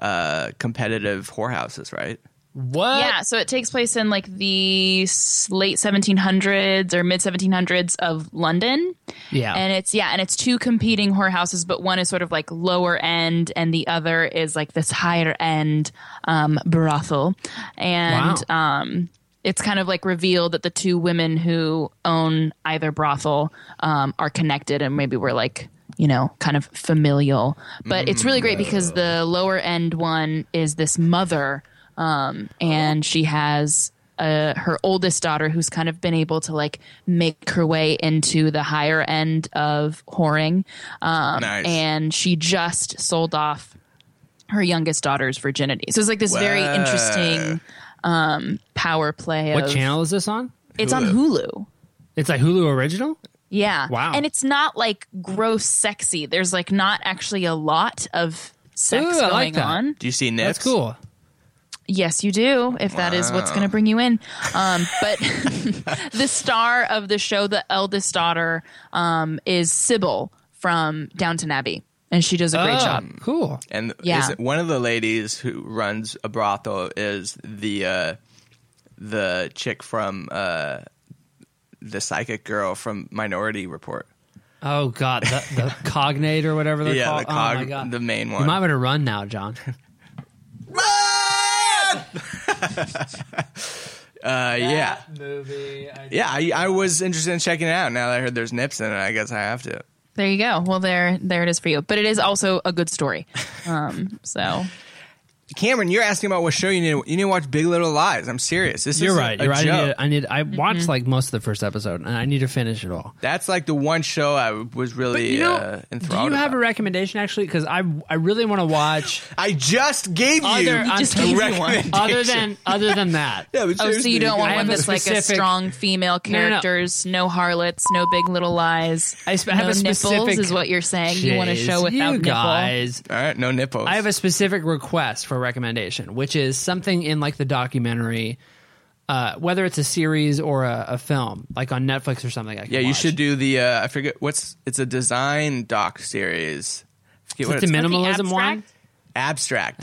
[SPEAKER 2] uh competitive whorehouses, right?
[SPEAKER 3] What?
[SPEAKER 4] Yeah, so it takes place in like the s- late 1700s or mid 1700s of London.
[SPEAKER 3] Yeah.
[SPEAKER 4] And it's yeah, and it's two competing whorehouses, but one is sort of like lower end, and the other is like this higher end um, brothel. And um, it's kind of like revealed that the two women who own either brothel um, are connected, and maybe we're like you know kind of familial. But it's really great because the lower end one is this mother, um, and she has uh, her oldest daughter who's kind of been able to like make her way into the higher end of whoring um,
[SPEAKER 2] Nice.
[SPEAKER 4] and she just sold off her youngest daughter's virginity so it's like this very
[SPEAKER 2] Wow.
[SPEAKER 4] interesting um, power play
[SPEAKER 3] what
[SPEAKER 4] of-
[SPEAKER 3] channel is this on?
[SPEAKER 4] it's on hulu
[SPEAKER 3] It's like Hulu original.
[SPEAKER 4] yeah
[SPEAKER 3] Wow.
[SPEAKER 4] and it's not like gross sexy there's like not actually a lot of sex
[SPEAKER 3] Ooh, I
[SPEAKER 4] going
[SPEAKER 3] like that.
[SPEAKER 4] on
[SPEAKER 2] Do you see Nick?
[SPEAKER 3] That's cool.
[SPEAKER 4] Yes, you do. If that is what's going to bring you in, um, but (laughs) the star of the show, the eldest daughter, um, is Sybil from Downton Abbey, and she does a great
[SPEAKER 3] Oh,
[SPEAKER 4] job.
[SPEAKER 3] Cool.
[SPEAKER 2] And
[SPEAKER 4] Yeah.
[SPEAKER 2] is it, one of the ladies who runs a brothel is the uh the chick from uh the psychic girl from Minority Report.
[SPEAKER 3] Oh God, the,
[SPEAKER 2] (laughs)
[SPEAKER 3] the cognate or whatever they're
[SPEAKER 2] yeah,
[SPEAKER 3] called.
[SPEAKER 2] the cog,
[SPEAKER 3] oh my God.
[SPEAKER 2] the main
[SPEAKER 3] you
[SPEAKER 2] one.
[SPEAKER 3] might want to run
[SPEAKER 2] (laughs)
[SPEAKER 3] now, John.
[SPEAKER 2] uh, yeah,
[SPEAKER 3] movie.
[SPEAKER 2] yeah. I, I was interested in checking it out. Now that I heard there's nips in it, I guess I have to.
[SPEAKER 4] There you go. Well, there, there it is for you. But it is also a good story. Um,
[SPEAKER 3] (laughs)
[SPEAKER 4] so
[SPEAKER 2] Cameron, you're asking about what show you need. To, you need to watch Big Little Lies. I'm serious. This
[SPEAKER 3] You're
[SPEAKER 2] is
[SPEAKER 3] right.
[SPEAKER 2] A,
[SPEAKER 3] You're right.
[SPEAKER 2] Joke.
[SPEAKER 3] I need. I, need, I watched
[SPEAKER 4] Mm-hmm.
[SPEAKER 3] like most of the first episode, and I need to finish it all.
[SPEAKER 2] That's like the one show I was really uh,
[SPEAKER 3] do
[SPEAKER 2] enthralled.
[SPEAKER 3] you have a
[SPEAKER 2] about.
[SPEAKER 3] recommendation actually? Because I I really want
[SPEAKER 2] (laughs)
[SPEAKER 3] to watch
[SPEAKER 2] I just gave you
[SPEAKER 3] (laughs)
[SPEAKER 2] a
[SPEAKER 3] Other-
[SPEAKER 4] (laughs)
[SPEAKER 3] I'm just gave you
[SPEAKER 4] one.
[SPEAKER 2] recommendation. (laughs)
[SPEAKER 3] other than other than that.
[SPEAKER 2] Yeah, but
[SPEAKER 4] Oh, so
[SPEAKER 2] seriously,
[SPEAKER 4] you don't want
[SPEAKER 3] I
[SPEAKER 2] can-
[SPEAKER 4] one
[SPEAKER 3] have a
[SPEAKER 4] that's like a
[SPEAKER 3] specific-
[SPEAKER 4] strong female
[SPEAKER 3] No, no, no.
[SPEAKER 4] characters, no, harlots, no big little lies.
[SPEAKER 3] I sp- I have
[SPEAKER 4] no
[SPEAKER 3] a specific-
[SPEAKER 4] nipples is what you're saying. you want a show
[SPEAKER 3] Jeez,
[SPEAKER 4] without
[SPEAKER 3] you
[SPEAKER 4] nipple.
[SPEAKER 3] guys.
[SPEAKER 2] All right, no nipples.
[SPEAKER 3] I have a specific request for a recommendation, which is something in like the documentary, uh, whether it's a series or a, a film, like on Netflix or something. I can
[SPEAKER 2] yeah, you
[SPEAKER 3] watch.
[SPEAKER 2] should do the. Uh, I forget what's. It's a design doc series. I forget
[SPEAKER 3] Is
[SPEAKER 2] what
[SPEAKER 3] it the
[SPEAKER 2] it's called.
[SPEAKER 3] minimalism one?
[SPEAKER 4] abstract?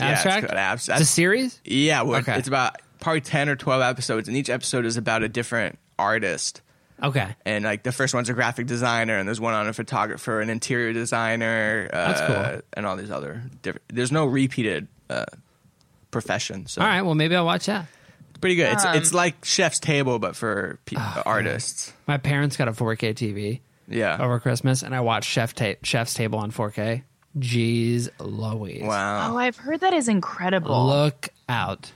[SPEAKER 2] abstract. Yeah,
[SPEAKER 3] Abstract.
[SPEAKER 2] it's called abs-
[SPEAKER 3] It's a series.
[SPEAKER 2] Yeah, well,
[SPEAKER 3] Okay.
[SPEAKER 2] it's about probably ten or twelve episodes, and each episode is about a different artist.
[SPEAKER 3] Okay.
[SPEAKER 2] and like the first one's a graphic designer, and there's one on a photographer, an interior designer, uh,
[SPEAKER 3] That's cool.
[SPEAKER 2] and all these other different. There's no repeated uh, profession, so
[SPEAKER 3] All right. Well, maybe I'll watch that.
[SPEAKER 2] it's pretty good. It's it's like Chef's Table, but for pe-
[SPEAKER 3] Ah,
[SPEAKER 2] artists.
[SPEAKER 3] My parents got a 4K TV
[SPEAKER 2] Yeah.
[SPEAKER 3] over Christmas, and I watched Chef Ta- Chef's Table on 4K. Jeez, Louise.
[SPEAKER 2] Wow,
[SPEAKER 4] Oh, I've heard that is incredible.
[SPEAKER 3] Look
[SPEAKER 2] (laughs)
[SPEAKER 3] out.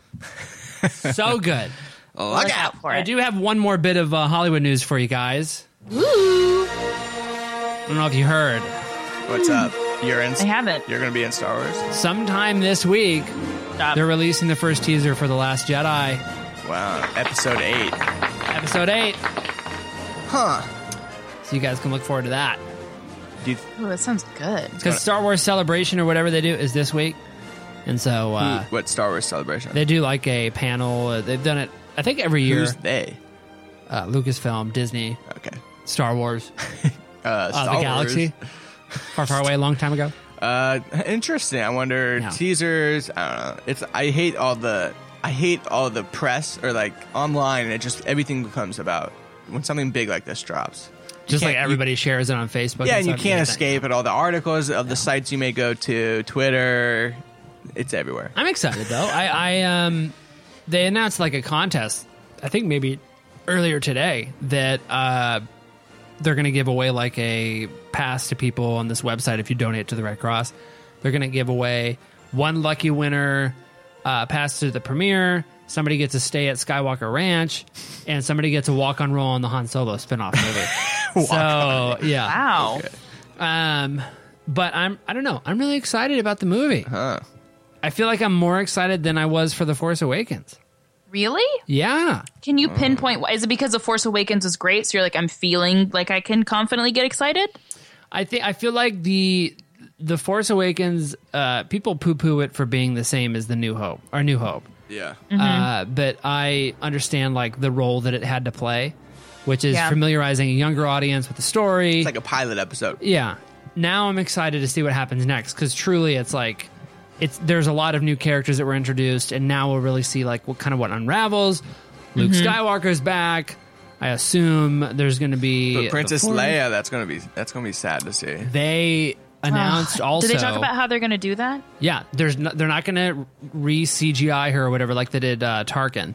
[SPEAKER 3] so good.
[SPEAKER 2] look out!
[SPEAKER 4] for
[SPEAKER 3] I do have one more bit of uh, Hollywood news for you guys.
[SPEAKER 4] Ooh.
[SPEAKER 3] I don't know if you heard.
[SPEAKER 2] What's up? You're in.
[SPEAKER 4] I haven't.
[SPEAKER 2] You're gonna be in Star Wars.
[SPEAKER 3] Sometime this week,
[SPEAKER 4] Stop.
[SPEAKER 3] they're releasing the first teaser for The Last Jedi,
[SPEAKER 2] Wow. Episode eight.
[SPEAKER 3] Episode 8.
[SPEAKER 2] Huh.
[SPEAKER 3] So you guys can look forward to that.
[SPEAKER 2] Do you,
[SPEAKER 4] Ooh, that sounds good.
[SPEAKER 3] Because Star Wars Celebration or whatever they do is this week. And so uh,
[SPEAKER 2] what Star Wars celebration?
[SPEAKER 3] they do like a panel. Uh, They've done it, I think, every year.
[SPEAKER 2] Who's they?
[SPEAKER 3] Uh, Lucasfilm, Disney,
[SPEAKER 2] Okay.
[SPEAKER 3] Star Wars,
[SPEAKER 2] Uh,
[SPEAKER 3] uh,
[SPEAKER 2] Star
[SPEAKER 3] the
[SPEAKER 2] Wars.
[SPEAKER 3] Galaxy. Far, far away, a long time ago.
[SPEAKER 2] Uh, interesting. I wonder
[SPEAKER 3] Yeah.
[SPEAKER 2] teasers. I don't know. It's I hate all the I hate all the press or like online. and It just everything becomes about when something big like this drops.
[SPEAKER 3] Just like
[SPEAKER 2] can't- you-
[SPEAKER 3] everybody shares it on Facebook.
[SPEAKER 2] yeah, and you
[SPEAKER 3] stuff,
[SPEAKER 2] can't
[SPEAKER 3] think-
[SPEAKER 2] escape it. All the articles of the sites you may go to, Twitter, it's everywhere.
[SPEAKER 3] I'm excited though. I, I um, they announced like a contest. I think maybe earlier today that uh, they're going to give away like a pass to people on this website if you donate to the Red Cross. They're going to give away one lucky winner uh, pass to the premiere. Somebody gets a stay at Skywalker Ranch, and somebody gets a walk on role in the Han Solo spinoff movie. so yeah,
[SPEAKER 4] Wow.
[SPEAKER 3] um, but I'm I don't know. I'm really excited about the movie. I feel like I'm more excited than I was for The Force Awakens.
[SPEAKER 4] Really?
[SPEAKER 3] Yeah.
[SPEAKER 4] Can you pinpoint? why Is it because The Force Awakens was great? So you're like, I'm feeling like I can confidently get excited?
[SPEAKER 3] I think I feel like the The Force Awakens uh people poo-poo it for being the same as The New Hope or New Hope.
[SPEAKER 2] Yeah.
[SPEAKER 3] Uh but I understand like the role that it had to play, which is
[SPEAKER 4] Yeah.
[SPEAKER 3] familiarizing a younger audience with the story.
[SPEAKER 2] It's like a pilot episode.
[SPEAKER 3] yeah now i'm excited to see what happens next because truly it's like it's there's a lot of new characters that were introduced and now we'll really see like what kind of what unravels luke skywalker's back i assume there's going to be
[SPEAKER 2] But Princess
[SPEAKER 3] the Force-
[SPEAKER 2] Leia, that's gonna be that's gonna be sad to see.
[SPEAKER 3] they announced
[SPEAKER 4] Ugh.
[SPEAKER 3] also
[SPEAKER 4] Did they talk about how they're going to do that?
[SPEAKER 3] yeah there's no, they're not going to re cgi her or whatever like they did uh, tarkin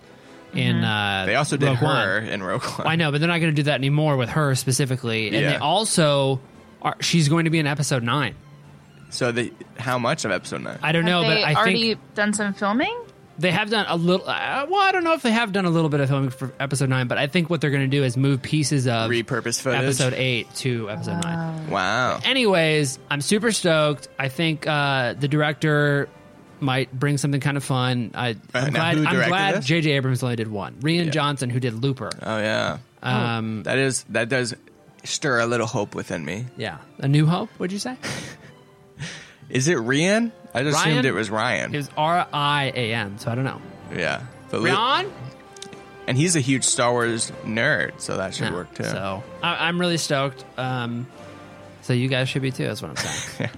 [SPEAKER 4] Mm-hmm.
[SPEAKER 3] in uh
[SPEAKER 2] They also did
[SPEAKER 3] Rogue One.
[SPEAKER 2] her in Rogue One. (laughs)
[SPEAKER 3] I know, but they're not going to do that anymore with her specifically. And they
[SPEAKER 2] Yeah.
[SPEAKER 3] also are, she's going to be in episode nine.
[SPEAKER 2] So the how much of episode nine?
[SPEAKER 3] I don't know,
[SPEAKER 4] Have
[SPEAKER 3] but
[SPEAKER 4] they
[SPEAKER 3] I think
[SPEAKER 4] already done some filming?
[SPEAKER 3] they have done a little. Uh, well, I don't know if they have done a little bit of filming for episode nine, but I think what they're going to do is move pieces of
[SPEAKER 2] Repurpose footage.
[SPEAKER 3] episode eight to episode nine.
[SPEAKER 2] Wow.
[SPEAKER 3] Anyways, I'm super stoked. I think uh, the director might bring something kind of fun. I,
[SPEAKER 2] Uh, now,
[SPEAKER 3] I'm glad.
[SPEAKER 2] who
[SPEAKER 3] I'm
[SPEAKER 2] directed
[SPEAKER 3] glad
[SPEAKER 2] this?
[SPEAKER 3] J.J. Abrams only did one. Rian
[SPEAKER 2] Yeah.
[SPEAKER 3] Johnson, who did Looper.
[SPEAKER 2] Oh yeah.
[SPEAKER 3] Um,
[SPEAKER 2] That is that does stir a little hope within me.
[SPEAKER 3] yeah, A New Hope. Would you say
[SPEAKER 2] Is it Ryan? I just
[SPEAKER 3] Ryan?
[SPEAKER 2] assumed it was Ryan.
[SPEAKER 3] it was R I A N? So I don't know.
[SPEAKER 2] yeah. But Lu-
[SPEAKER 3] Rian.
[SPEAKER 2] and he's a huge Star Wars nerd, so that should
[SPEAKER 3] No.
[SPEAKER 2] work too.
[SPEAKER 3] So I, I'm really stoked. Um, so you guys should be too. That's what I'm saying.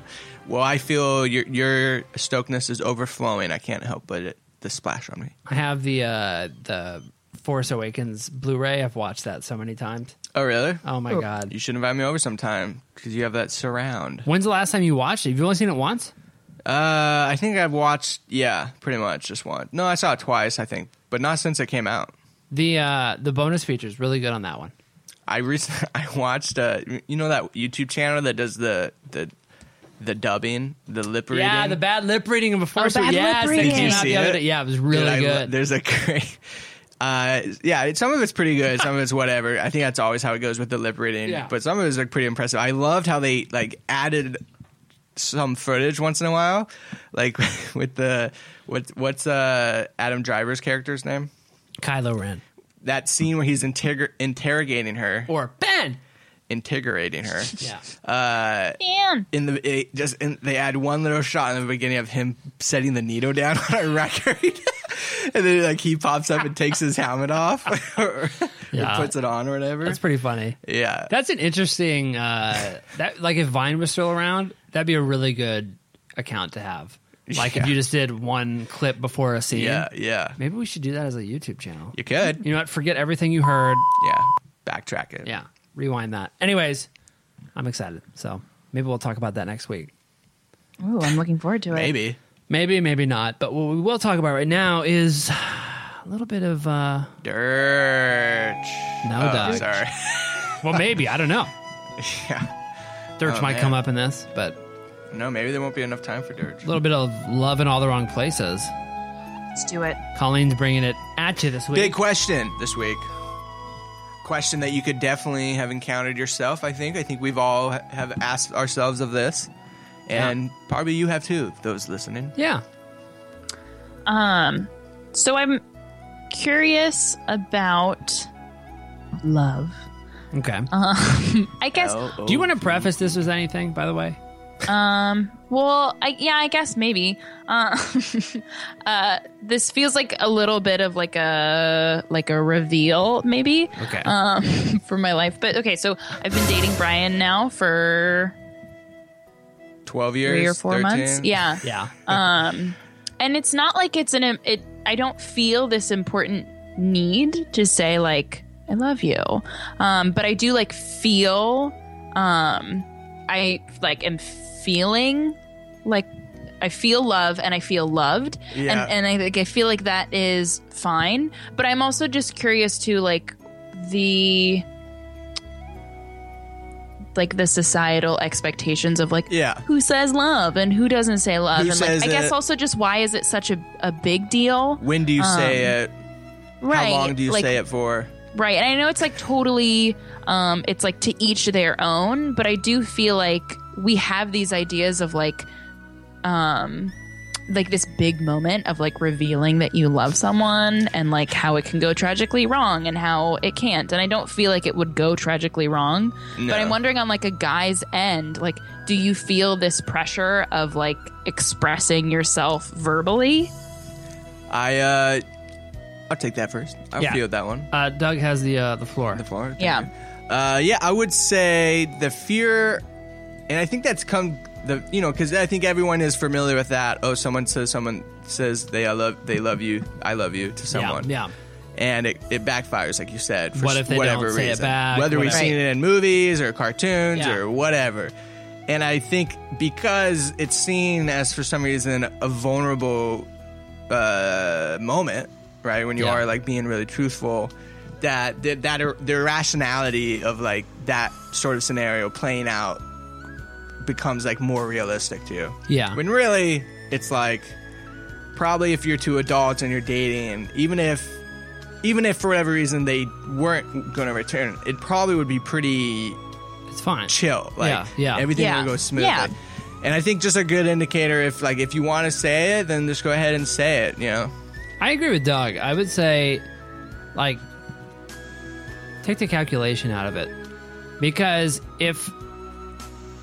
[SPEAKER 2] Well, I feel your your stokeness is overflowing. I can't help but it, the splash on me.
[SPEAKER 3] I have the uh, the Force Awakens Blu-ray. I've watched that so many times.
[SPEAKER 2] Oh really?
[SPEAKER 3] Oh my god!
[SPEAKER 2] You should invite me over sometime because you have that surround.
[SPEAKER 3] When's the last time you watched it? You've only seen it once.
[SPEAKER 2] Uh, I think I've watched yeah, pretty much just one. No, I saw it twice, I think, but not since it came out.
[SPEAKER 3] The uh, the bonus features really good on that one.
[SPEAKER 2] I recently (laughs) I watched uh you know that YouTube channel that does the the the dubbing, the lip reading. Oh,
[SPEAKER 3] Yeah, the bad lip reading of a Force.
[SPEAKER 4] bad lip
[SPEAKER 3] yes, that came
[SPEAKER 4] reading. Did
[SPEAKER 2] you
[SPEAKER 3] out
[SPEAKER 2] see
[SPEAKER 3] the other
[SPEAKER 2] it?
[SPEAKER 3] day. Yeah, it was really
[SPEAKER 2] Dude, I lo-
[SPEAKER 3] good.
[SPEAKER 2] there's a (laughs) great. Uh, yeah, it- some of it's pretty good, some of it's whatever. I think that's always how it goes with the lip reading.
[SPEAKER 3] Yeah.
[SPEAKER 2] But some of it's like pretty impressive. I loved how they like added some footage once in a while, like (laughs) with the what what's uh Adam Driver's character's name?
[SPEAKER 3] Kylo Ren
[SPEAKER 2] That scene where he's interg- interrogating her,
[SPEAKER 3] or Ben.
[SPEAKER 2] interrogating
[SPEAKER 3] (laughs)
[SPEAKER 2] her.
[SPEAKER 3] Yeah,
[SPEAKER 2] Uh,
[SPEAKER 4] Man.
[SPEAKER 2] in the it just in, they add one little shot in the beginning of him setting the needle down (laughs) on a record, and then like he pops up and takes his helmet off (laughs) or,
[SPEAKER 3] Yeah.
[SPEAKER 2] puts it on or whatever.
[SPEAKER 3] that's pretty funny.
[SPEAKER 2] yeah,
[SPEAKER 3] That's an interesting. Uh, that like if Vine was still around, that'd be a really good account to have. Like
[SPEAKER 2] Yeah.
[SPEAKER 3] if you just did one clip before a scene.
[SPEAKER 2] yeah, yeah.
[SPEAKER 3] Maybe we should do that as a YouTube channel.
[SPEAKER 2] You could,
[SPEAKER 3] You know what? Forget everything you heard.
[SPEAKER 2] yeah. Backtrack it.
[SPEAKER 3] Yeah. Rewind that. Anyways, I'm excited. So maybe we'll talk about that next week.
[SPEAKER 4] Ooh, I'm looking forward to it.
[SPEAKER 2] maybe.
[SPEAKER 3] Maybe, maybe not. But what we will talk about right now is a little bit of, uh,
[SPEAKER 2] Dirt.
[SPEAKER 3] No,
[SPEAKER 2] oh,
[SPEAKER 3] Doug.
[SPEAKER 2] Sorry. (laughs)
[SPEAKER 3] well, maybe. I don't know.
[SPEAKER 2] yeah.
[SPEAKER 3] Dirge
[SPEAKER 2] Oh,
[SPEAKER 3] might
[SPEAKER 2] man.
[SPEAKER 3] come up in this, but
[SPEAKER 2] No, maybe there won't be enough time for dirt.
[SPEAKER 3] a little bit of love in all the wrong places.
[SPEAKER 4] Let's do it.
[SPEAKER 3] Colleen's bringing it at you this week.
[SPEAKER 2] Big question this week. question that you could definitely have encountered yourself. I think. I think we've all ha- have asked ourselves of this, and probably you have too. Those listening.
[SPEAKER 3] Yeah.
[SPEAKER 4] So I'm curious about love.
[SPEAKER 3] Okay.
[SPEAKER 4] I guess.
[SPEAKER 3] Do you want to preface this with anything, by the way?
[SPEAKER 4] Well, I, yeah, I guess maybe. Uh, (laughs) uh, this feels like a little bit of like a like a reveal, maybe.
[SPEAKER 3] Okay.
[SPEAKER 4] um, for my life. But okay, so I've been dating Brian now for
[SPEAKER 2] Twelve years,
[SPEAKER 4] three or four
[SPEAKER 2] 13?
[SPEAKER 4] months. Yeah.
[SPEAKER 3] yeah.
[SPEAKER 4] And it's not like it's an im- it I don't feel this important need to say like I love you. Um but I do like feel um I like am feeling like I feel love and I feel loved.
[SPEAKER 2] Yeah.
[SPEAKER 4] And and I like I feel like that is fine, but I'm also just curious to like the like the societal expectations of like
[SPEAKER 2] Yeah.
[SPEAKER 4] who says love and who doesn't say love
[SPEAKER 2] Who
[SPEAKER 4] and
[SPEAKER 2] says
[SPEAKER 4] like I guess
[SPEAKER 2] it?
[SPEAKER 4] also just why is it such a, a big deal
[SPEAKER 2] When do you say it?
[SPEAKER 4] Um, right
[SPEAKER 2] How long do you
[SPEAKER 4] like,
[SPEAKER 2] say it for?
[SPEAKER 4] right and I know it's like totally um it's like to each their own but I do feel like we have these ideas of like um like this big moment of like revealing that you love someone and like how it can go tragically wrong and how it can't and i don't feel like it would go tragically wrong
[SPEAKER 2] No.
[SPEAKER 4] but i'm wondering on like a guy's end like do you feel this pressure of like expressing yourself verbally
[SPEAKER 2] I uh, I'll take that first. I'll
[SPEAKER 3] Yeah.
[SPEAKER 2] field that one.
[SPEAKER 3] Uh, Doug has the uh, the floor.
[SPEAKER 2] The floor. Thank
[SPEAKER 4] Yeah.
[SPEAKER 2] you. Uh, yeah, I would say the fear, and I think that's come the you know because I think everyone is familiar with that. Oh, someone says someone says they I love they love you. I love you to
[SPEAKER 3] yeah.
[SPEAKER 2] someone.
[SPEAKER 3] Yeah.
[SPEAKER 2] and it, it backfires, like you said. For
[SPEAKER 3] What
[SPEAKER 2] s-
[SPEAKER 3] if they
[SPEAKER 2] whatever
[SPEAKER 3] don't
[SPEAKER 2] reason.
[SPEAKER 3] say it back,
[SPEAKER 2] Whether we've
[SPEAKER 3] whatever.
[SPEAKER 2] seen it in movies or cartoons
[SPEAKER 3] Yeah.
[SPEAKER 2] or whatever. And I think because it's seen as, for some reason, a vulnerable uh, moment, right? When you
[SPEAKER 3] Yeah.
[SPEAKER 2] are like being really truthful, that that, that ir- the irrationality of like that sort of scenario playing out becomes like more realistic to you.
[SPEAKER 3] Yeah.
[SPEAKER 2] When really, it's like probably if you're two adults and you're dating, even if even if for whatever reason they weren't going to return, it probably would be pretty
[SPEAKER 3] It's fine.
[SPEAKER 2] chill. Like
[SPEAKER 3] Yeah, yeah.
[SPEAKER 2] everything
[SPEAKER 4] Yeah.
[SPEAKER 2] will go smoothly.
[SPEAKER 4] Yeah.
[SPEAKER 2] And I think just a good indicator if like if you want to say it, then just go ahead and say it. You know,
[SPEAKER 3] I agree with Doug. I would say, like, take the calculation out of it. Because if,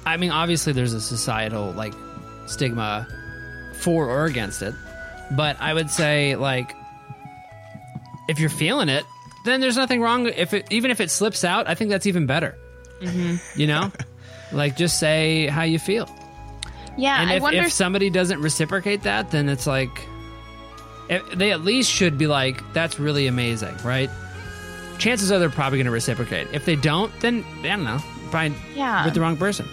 [SPEAKER 3] I mean, obviously there's a societal, like, stigma for or against it. But I would say, like, if you're feeling it, then there's nothing wrong. If it, even if it slips out, I think that's even better. You know? like, just say how you feel.
[SPEAKER 4] yeah
[SPEAKER 3] And
[SPEAKER 4] i
[SPEAKER 3] if,
[SPEAKER 4] wonder
[SPEAKER 3] if somebody doesn't reciprocate that, then it's like if- they at least should be like, "That's really amazing," right? Chances are they're probably going to reciprocate. If they don't, then I don't know, probably
[SPEAKER 4] Yeah.
[SPEAKER 3] with the wrong person.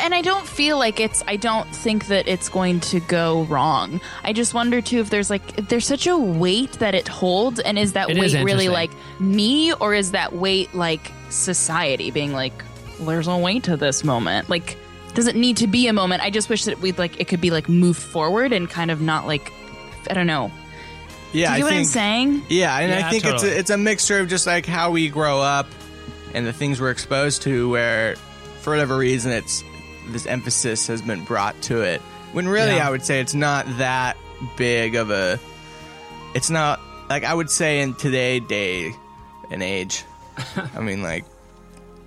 [SPEAKER 4] And I don't feel like it's. I don't think that it's going to go wrong. I just wonder too if there's like there's such a weight that it holds, and is that
[SPEAKER 3] It
[SPEAKER 4] weight
[SPEAKER 3] is
[SPEAKER 4] really
[SPEAKER 3] interesting.
[SPEAKER 4] like me, or is that weight like society being like, well, there's no weight to this moment. Like, does it need to be a moment? I just wish that we'd like it could be like moved forward and kind of not like, I don't know.
[SPEAKER 2] yeah.
[SPEAKER 4] Do you
[SPEAKER 2] I
[SPEAKER 4] get what
[SPEAKER 2] think,
[SPEAKER 4] I'm saying?
[SPEAKER 2] Yeah, and
[SPEAKER 3] Yeah,
[SPEAKER 2] I think it's
[SPEAKER 3] totally.
[SPEAKER 2] a, it's a mixture of just like how we grow up and the things we're exposed to, where for whatever reason it's this emphasis has been brought to it. When really,
[SPEAKER 3] Yeah.
[SPEAKER 2] I would say it's not that big of a. It's not like I would say in today day and age. I mean, like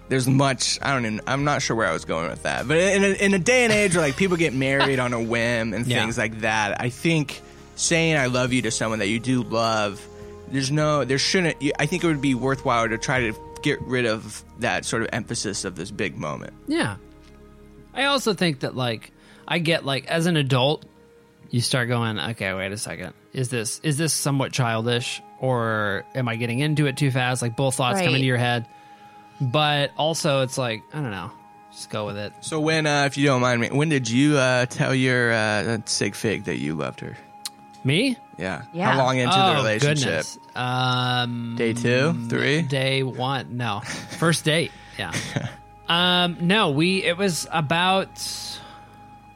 [SPEAKER 2] there's much I don't even I'm not sure where I was going with that. But in a, in a day and age where like people get married on a whim and
[SPEAKER 3] (laughs) Yeah.
[SPEAKER 2] things like that, I think saying I love you to someone that you do love, there's no there shouldn't you- I think it would be worthwhile to try to get rid of that sort of emphasis of this big moment.
[SPEAKER 3] Yeah. I also think that like I get like as an adult, you start going, okay, wait a second, is this is this somewhat childish or am I getting into it too fast? Like both thoughts come
[SPEAKER 4] Right.
[SPEAKER 3] into your head, but also it's like I don't know, just go with it.
[SPEAKER 2] So when uh, if you don't mind me, when did you uh, tell your uh, sig fig that you loved her?
[SPEAKER 3] Me?
[SPEAKER 2] Yeah.
[SPEAKER 4] Yeah.
[SPEAKER 2] How long into
[SPEAKER 3] oh,
[SPEAKER 2] the relationship?
[SPEAKER 3] Goodness. Um,
[SPEAKER 2] Day two, three.
[SPEAKER 3] day one.
[SPEAKER 2] (laughs)
[SPEAKER 3] No, first date. Yeah. um, no, we. It was about.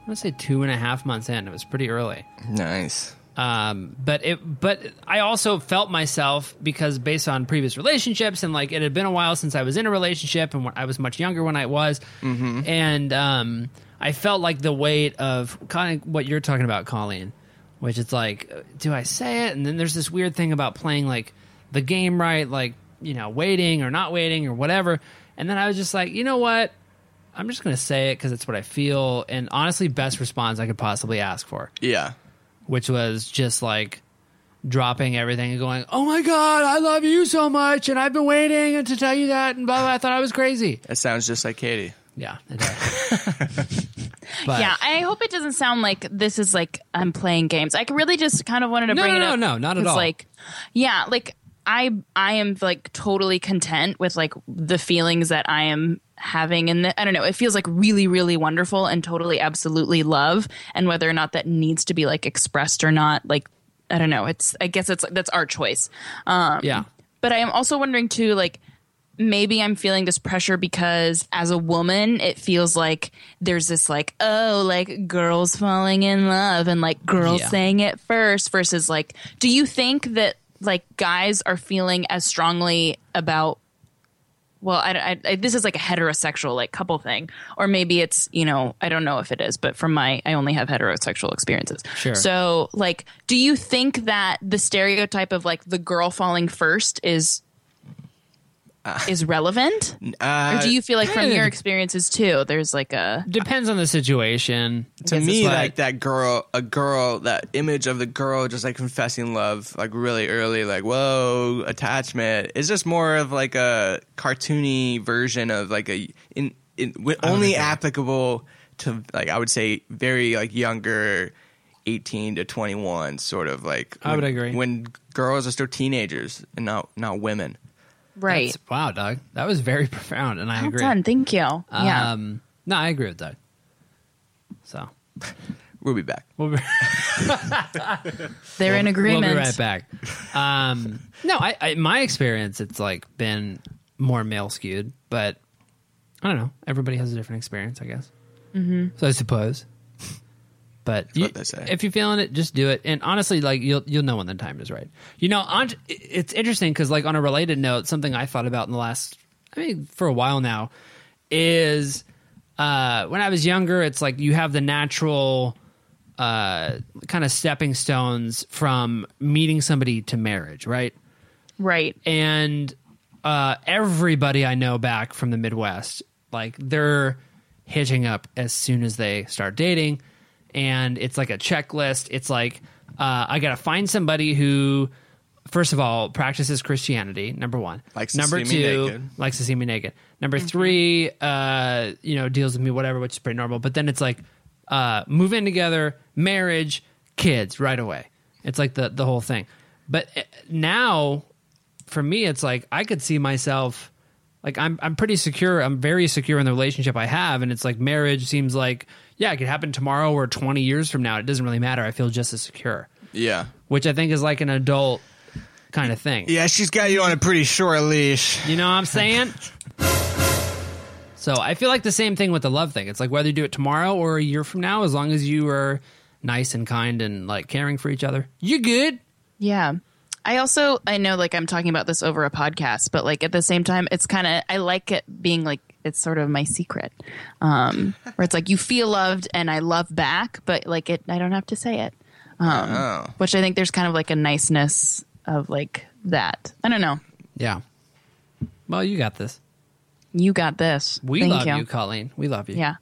[SPEAKER 3] I want to say two and a half months in. It was pretty early.
[SPEAKER 2] nice.
[SPEAKER 3] Um, but it, but I also felt myself because based on previous relationships and like it had been a while since I was in a relationship and when I was much younger when I was, and um, I felt like the weight of kind of what you're talking about, Colleen, which it's like, do I say it? And then there's this weird thing about playing like the game right, like you know, waiting or not waiting or whatever. And then I was just like, you know what? I'm just gonna say it because it's what I feel, and honestly, best response I could possibly ask for
[SPEAKER 2] Yeah.
[SPEAKER 3] which was just like dropping everything and going, "Oh my god, I love you so much, and I've been waiting and to tell you that." And blah blah. I thought I was crazy.
[SPEAKER 2] That sounds just like Katie.
[SPEAKER 3] Yeah. it
[SPEAKER 4] (laughs)
[SPEAKER 3] does. but,
[SPEAKER 4] Yeah, I hope it doesn't sound like this is like I'm playing games. I really just kind of wanted to
[SPEAKER 3] No,
[SPEAKER 4] bring
[SPEAKER 3] no,
[SPEAKER 4] it
[SPEAKER 3] no, no,
[SPEAKER 4] up.
[SPEAKER 3] not at
[SPEAKER 4] 'cause,
[SPEAKER 3] all.
[SPEAKER 4] Like, yeah, like I I am like totally content with like the feelings that I am having, and the, I don't know, it feels like really, really wonderful and totally, absolutely love, and whether or not that needs to be like expressed or not, like I don't know. It's I guess it's that's our choice.
[SPEAKER 3] Yeah.
[SPEAKER 4] But I am also wondering too, like maybe I'm feeling this pressure because as a woman, it feels like there's this like, oh, like girls falling in love and like girls
[SPEAKER 3] Yeah.
[SPEAKER 4] saying it first versus like, do you think that like guys are feeling as strongly about well, I, I, I- this is like a heterosexual like couple thing, or maybe it's you know I don't know if it is, but from my I only have heterosexual experiences.
[SPEAKER 3] Sure.
[SPEAKER 4] So like, do you think that the stereotype of like the girl falling first is
[SPEAKER 3] Uh,
[SPEAKER 4] is relevant, or do you feel like from
[SPEAKER 3] eh.
[SPEAKER 4] your experiences too? There's like a
[SPEAKER 3] Depends on the situation.
[SPEAKER 2] To
[SPEAKER 4] guess
[SPEAKER 2] me,
[SPEAKER 4] that's
[SPEAKER 3] why-
[SPEAKER 2] like that girl, a girl, that image of the girl just like confessing love, like really early, like whoa, attachment. It's just more of like a cartoony version of like a in, in wi- only applicable to like I would say very like younger, eighteen to twenty one, sort of like
[SPEAKER 3] I would
[SPEAKER 2] when-
[SPEAKER 3] agree.
[SPEAKER 2] when girls are still teenagers and not not women.
[SPEAKER 4] right.
[SPEAKER 3] That's- Wow, Doug, that was very (laughs) profound, and I
[SPEAKER 4] Well
[SPEAKER 3] agree.
[SPEAKER 4] done. Thank you. yeah.
[SPEAKER 3] Um, no, I agree with Doug. So
[SPEAKER 2] We'll be back.
[SPEAKER 3] we'll be,
[SPEAKER 4] They're in
[SPEAKER 3] we'll
[SPEAKER 4] agreement.
[SPEAKER 3] be right back. Um, no, I, I my experience, it's like been more male skewed, but I don't know. Everybody has a different experience, I guess. Mm-hmm. So I suppose. (laughs) But you-
[SPEAKER 2] what they say.
[SPEAKER 3] if you're feeling it, just do it. And honestly, like you'll you'll know when the time is right. You know, on, it's interesting because like on a related note, something I thought about in the last, I mean, for a while now, is uh, when I was younger, it's like you have the natural uh, kind of stepping stones from meeting somebody to marriage, right?
[SPEAKER 4] Right.
[SPEAKER 3] and uh, everybody I know back from the Midwest, like they're hitching up as soon as they start dating, and it's like a checklist. It's like uh, I gotta find somebody who, first of all, practices Christianity. Number one,
[SPEAKER 2] Likes to
[SPEAKER 3] number
[SPEAKER 2] see me
[SPEAKER 3] two,
[SPEAKER 2] naked.
[SPEAKER 3] likes to see me naked. Number three, uh, you know, deals with me whatever, which is pretty normal. But then it's like uh, move in together, marriage, kids right away. It's like the the whole thing. But eh, now for me it's like I could see myself like I'm I'm pretty secure. I'm very secure in the relationship I have and it's like marriage seems like yeah, it could happen tomorrow or 20 years from now. It doesn't really matter. I feel just as secure,
[SPEAKER 2] Yeah,
[SPEAKER 3] which I think is like an adult kind of thing.
[SPEAKER 2] yeah, she's got you on a pretty short leash.
[SPEAKER 3] You know what I'm saying? (laughs) so I feel like the same thing with the love thing. It's like whether you do it tomorrow or a year from now, as long as you are nice and kind and like caring for each other, you're good.
[SPEAKER 4] Yeah. I also I know like I'm talking about this over a podcast, but like at the same time it's kind of I like it being like it's sort of my secret.
[SPEAKER 2] (laughs)
[SPEAKER 4] Um where it's like you feel loved and I love back, but like it I don't have to say it.
[SPEAKER 2] Oh.
[SPEAKER 4] Um which I think there's kind of like a niceness of like that. I don't know.
[SPEAKER 3] Yeah. Well, you got this.
[SPEAKER 4] You got this.
[SPEAKER 3] We
[SPEAKER 4] Thank
[SPEAKER 3] love you. Colleen. We love you.
[SPEAKER 4] Yeah.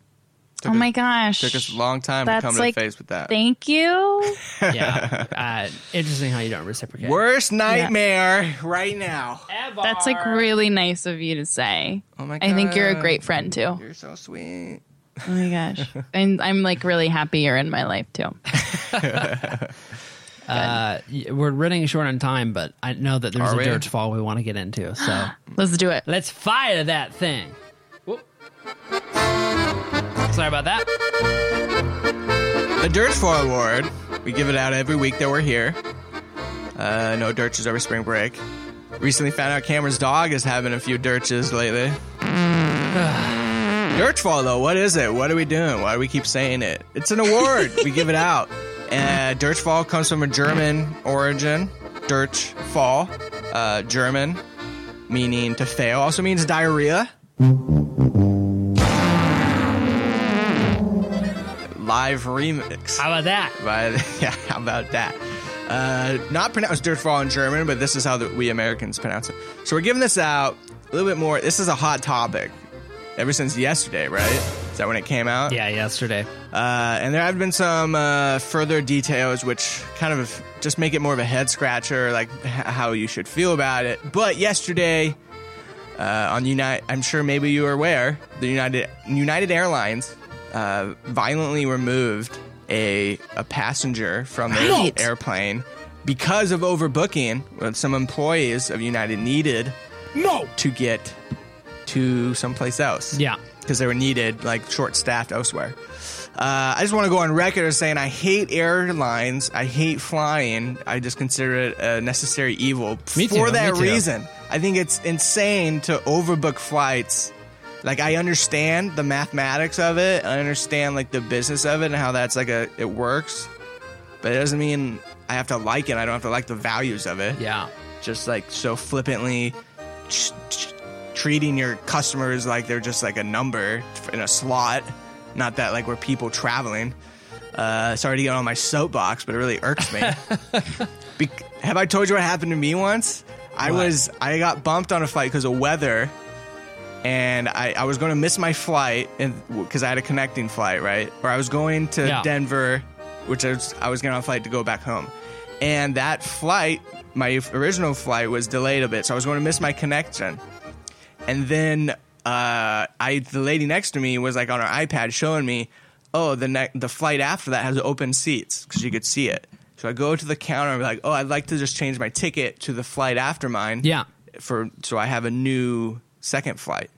[SPEAKER 4] oh my gosh.
[SPEAKER 2] Took us a long time to
[SPEAKER 4] That's
[SPEAKER 2] come to
[SPEAKER 4] like-
[SPEAKER 2] face with that.
[SPEAKER 4] Thank
[SPEAKER 3] (laughs)
[SPEAKER 4] you. (laughs)
[SPEAKER 3] Yeah. Uh, interesting how you don't reciprocate.
[SPEAKER 2] Worst nightmare right now.
[SPEAKER 4] That's like really nice of you to say.
[SPEAKER 2] Oh my
[SPEAKER 4] I think you're a
[SPEAKER 2] God.
[SPEAKER 4] great friend too.
[SPEAKER 2] You're so sweet.
[SPEAKER 4] Oh my
[SPEAKER 2] (laughs)
[SPEAKER 4] gosh. And I'm like really happy you're in my life too.
[SPEAKER 3] We're running short on time, but I know that there's
[SPEAKER 2] Are
[SPEAKER 3] a
[SPEAKER 2] we?
[SPEAKER 3] dirge fall we want to get into.
[SPEAKER 4] (gasps)
[SPEAKER 3] So
[SPEAKER 4] Let's do it.
[SPEAKER 3] let's fire that thing. Whoop. Sorry about that.
[SPEAKER 2] The Dirt Fall Award. We give it out every week that we're here. Uh, no dirches over spring break. Recently found out Cameron's dog is having a few dirches lately. (sighs) Dirtfall, though, what is it? What are we doing? Why do we keep saying it? It's an award. we give it out Uh, Dirchfall comes from a German origin. Dirchfall, uh, German, meaning to fail, also means diarrhea. Live remix.
[SPEAKER 3] How about that?
[SPEAKER 2] But (laughs) yeah, how about that? Uh, not pronounced Dirtfall in German, but this is how the, we Americans pronounce it. So we're giving this out a little bit more. This is a hot topic ever since yesterday, right? Is that when it came out?
[SPEAKER 3] Yeah, yesterday.
[SPEAKER 2] Uh, and there have been some uh, further details which kind of just make it more of a head scratcher, like h- how you should feel about it. But yesterday, uh, on United, I'm sure maybe you were aware, the United United Airlines uh, violently removed a a passenger from their
[SPEAKER 1] Right.
[SPEAKER 2] airplane because of overbooking. What some employees of United needed
[SPEAKER 6] No!
[SPEAKER 2] to get to someplace else.
[SPEAKER 3] Yeah.
[SPEAKER 2] Because they were needed, like short staffed elsewhere. Uh, I just want to go on record as saying I hate airlines. I hate flying. I just consider it a necessary evil
[SPEAKER 3] Me too,
[SPEAKER 2] for that
[SPEAKER 3] me too.
[SPEAKER 2] reason. I think it's insane to overbook flights. Like I understand the mathematics of it. I understand like the business of it and how that's like a it works. But it doesn't mean I have to like it. I don't have to like the values of it
[SPEAKER 3] Yeah.
[SPEAKER 2] just like so flippantly t- t- treating your customers like they're just like a number in a slot. Not that like we're people traveling. Uh, sorry to get on my soapbox, but it really irks me. Be- have I told you what happened to me once? I was I got bumped on a flight because of weather, and I, I was going to miss my flight because I had a connecting flight, right? Or I was going to
[SPEAKER 3] Yeah.
[SPEAKER 2] Denver, which I was, I was getting on a flight to go back home, and that flight, my original flight, was delayed a bit, so I was going to miss my connection, and then uh, I the lady next to me was like on her iPad showing me, oh the ne- the flight after that has open seats because you could see it. So I go to the counter and be like, oh, I'd like to just change my ticket to the flight after mine.
[SPEAKER 3] Yeah.
[SPEAKER 2] For so I have a new second flight,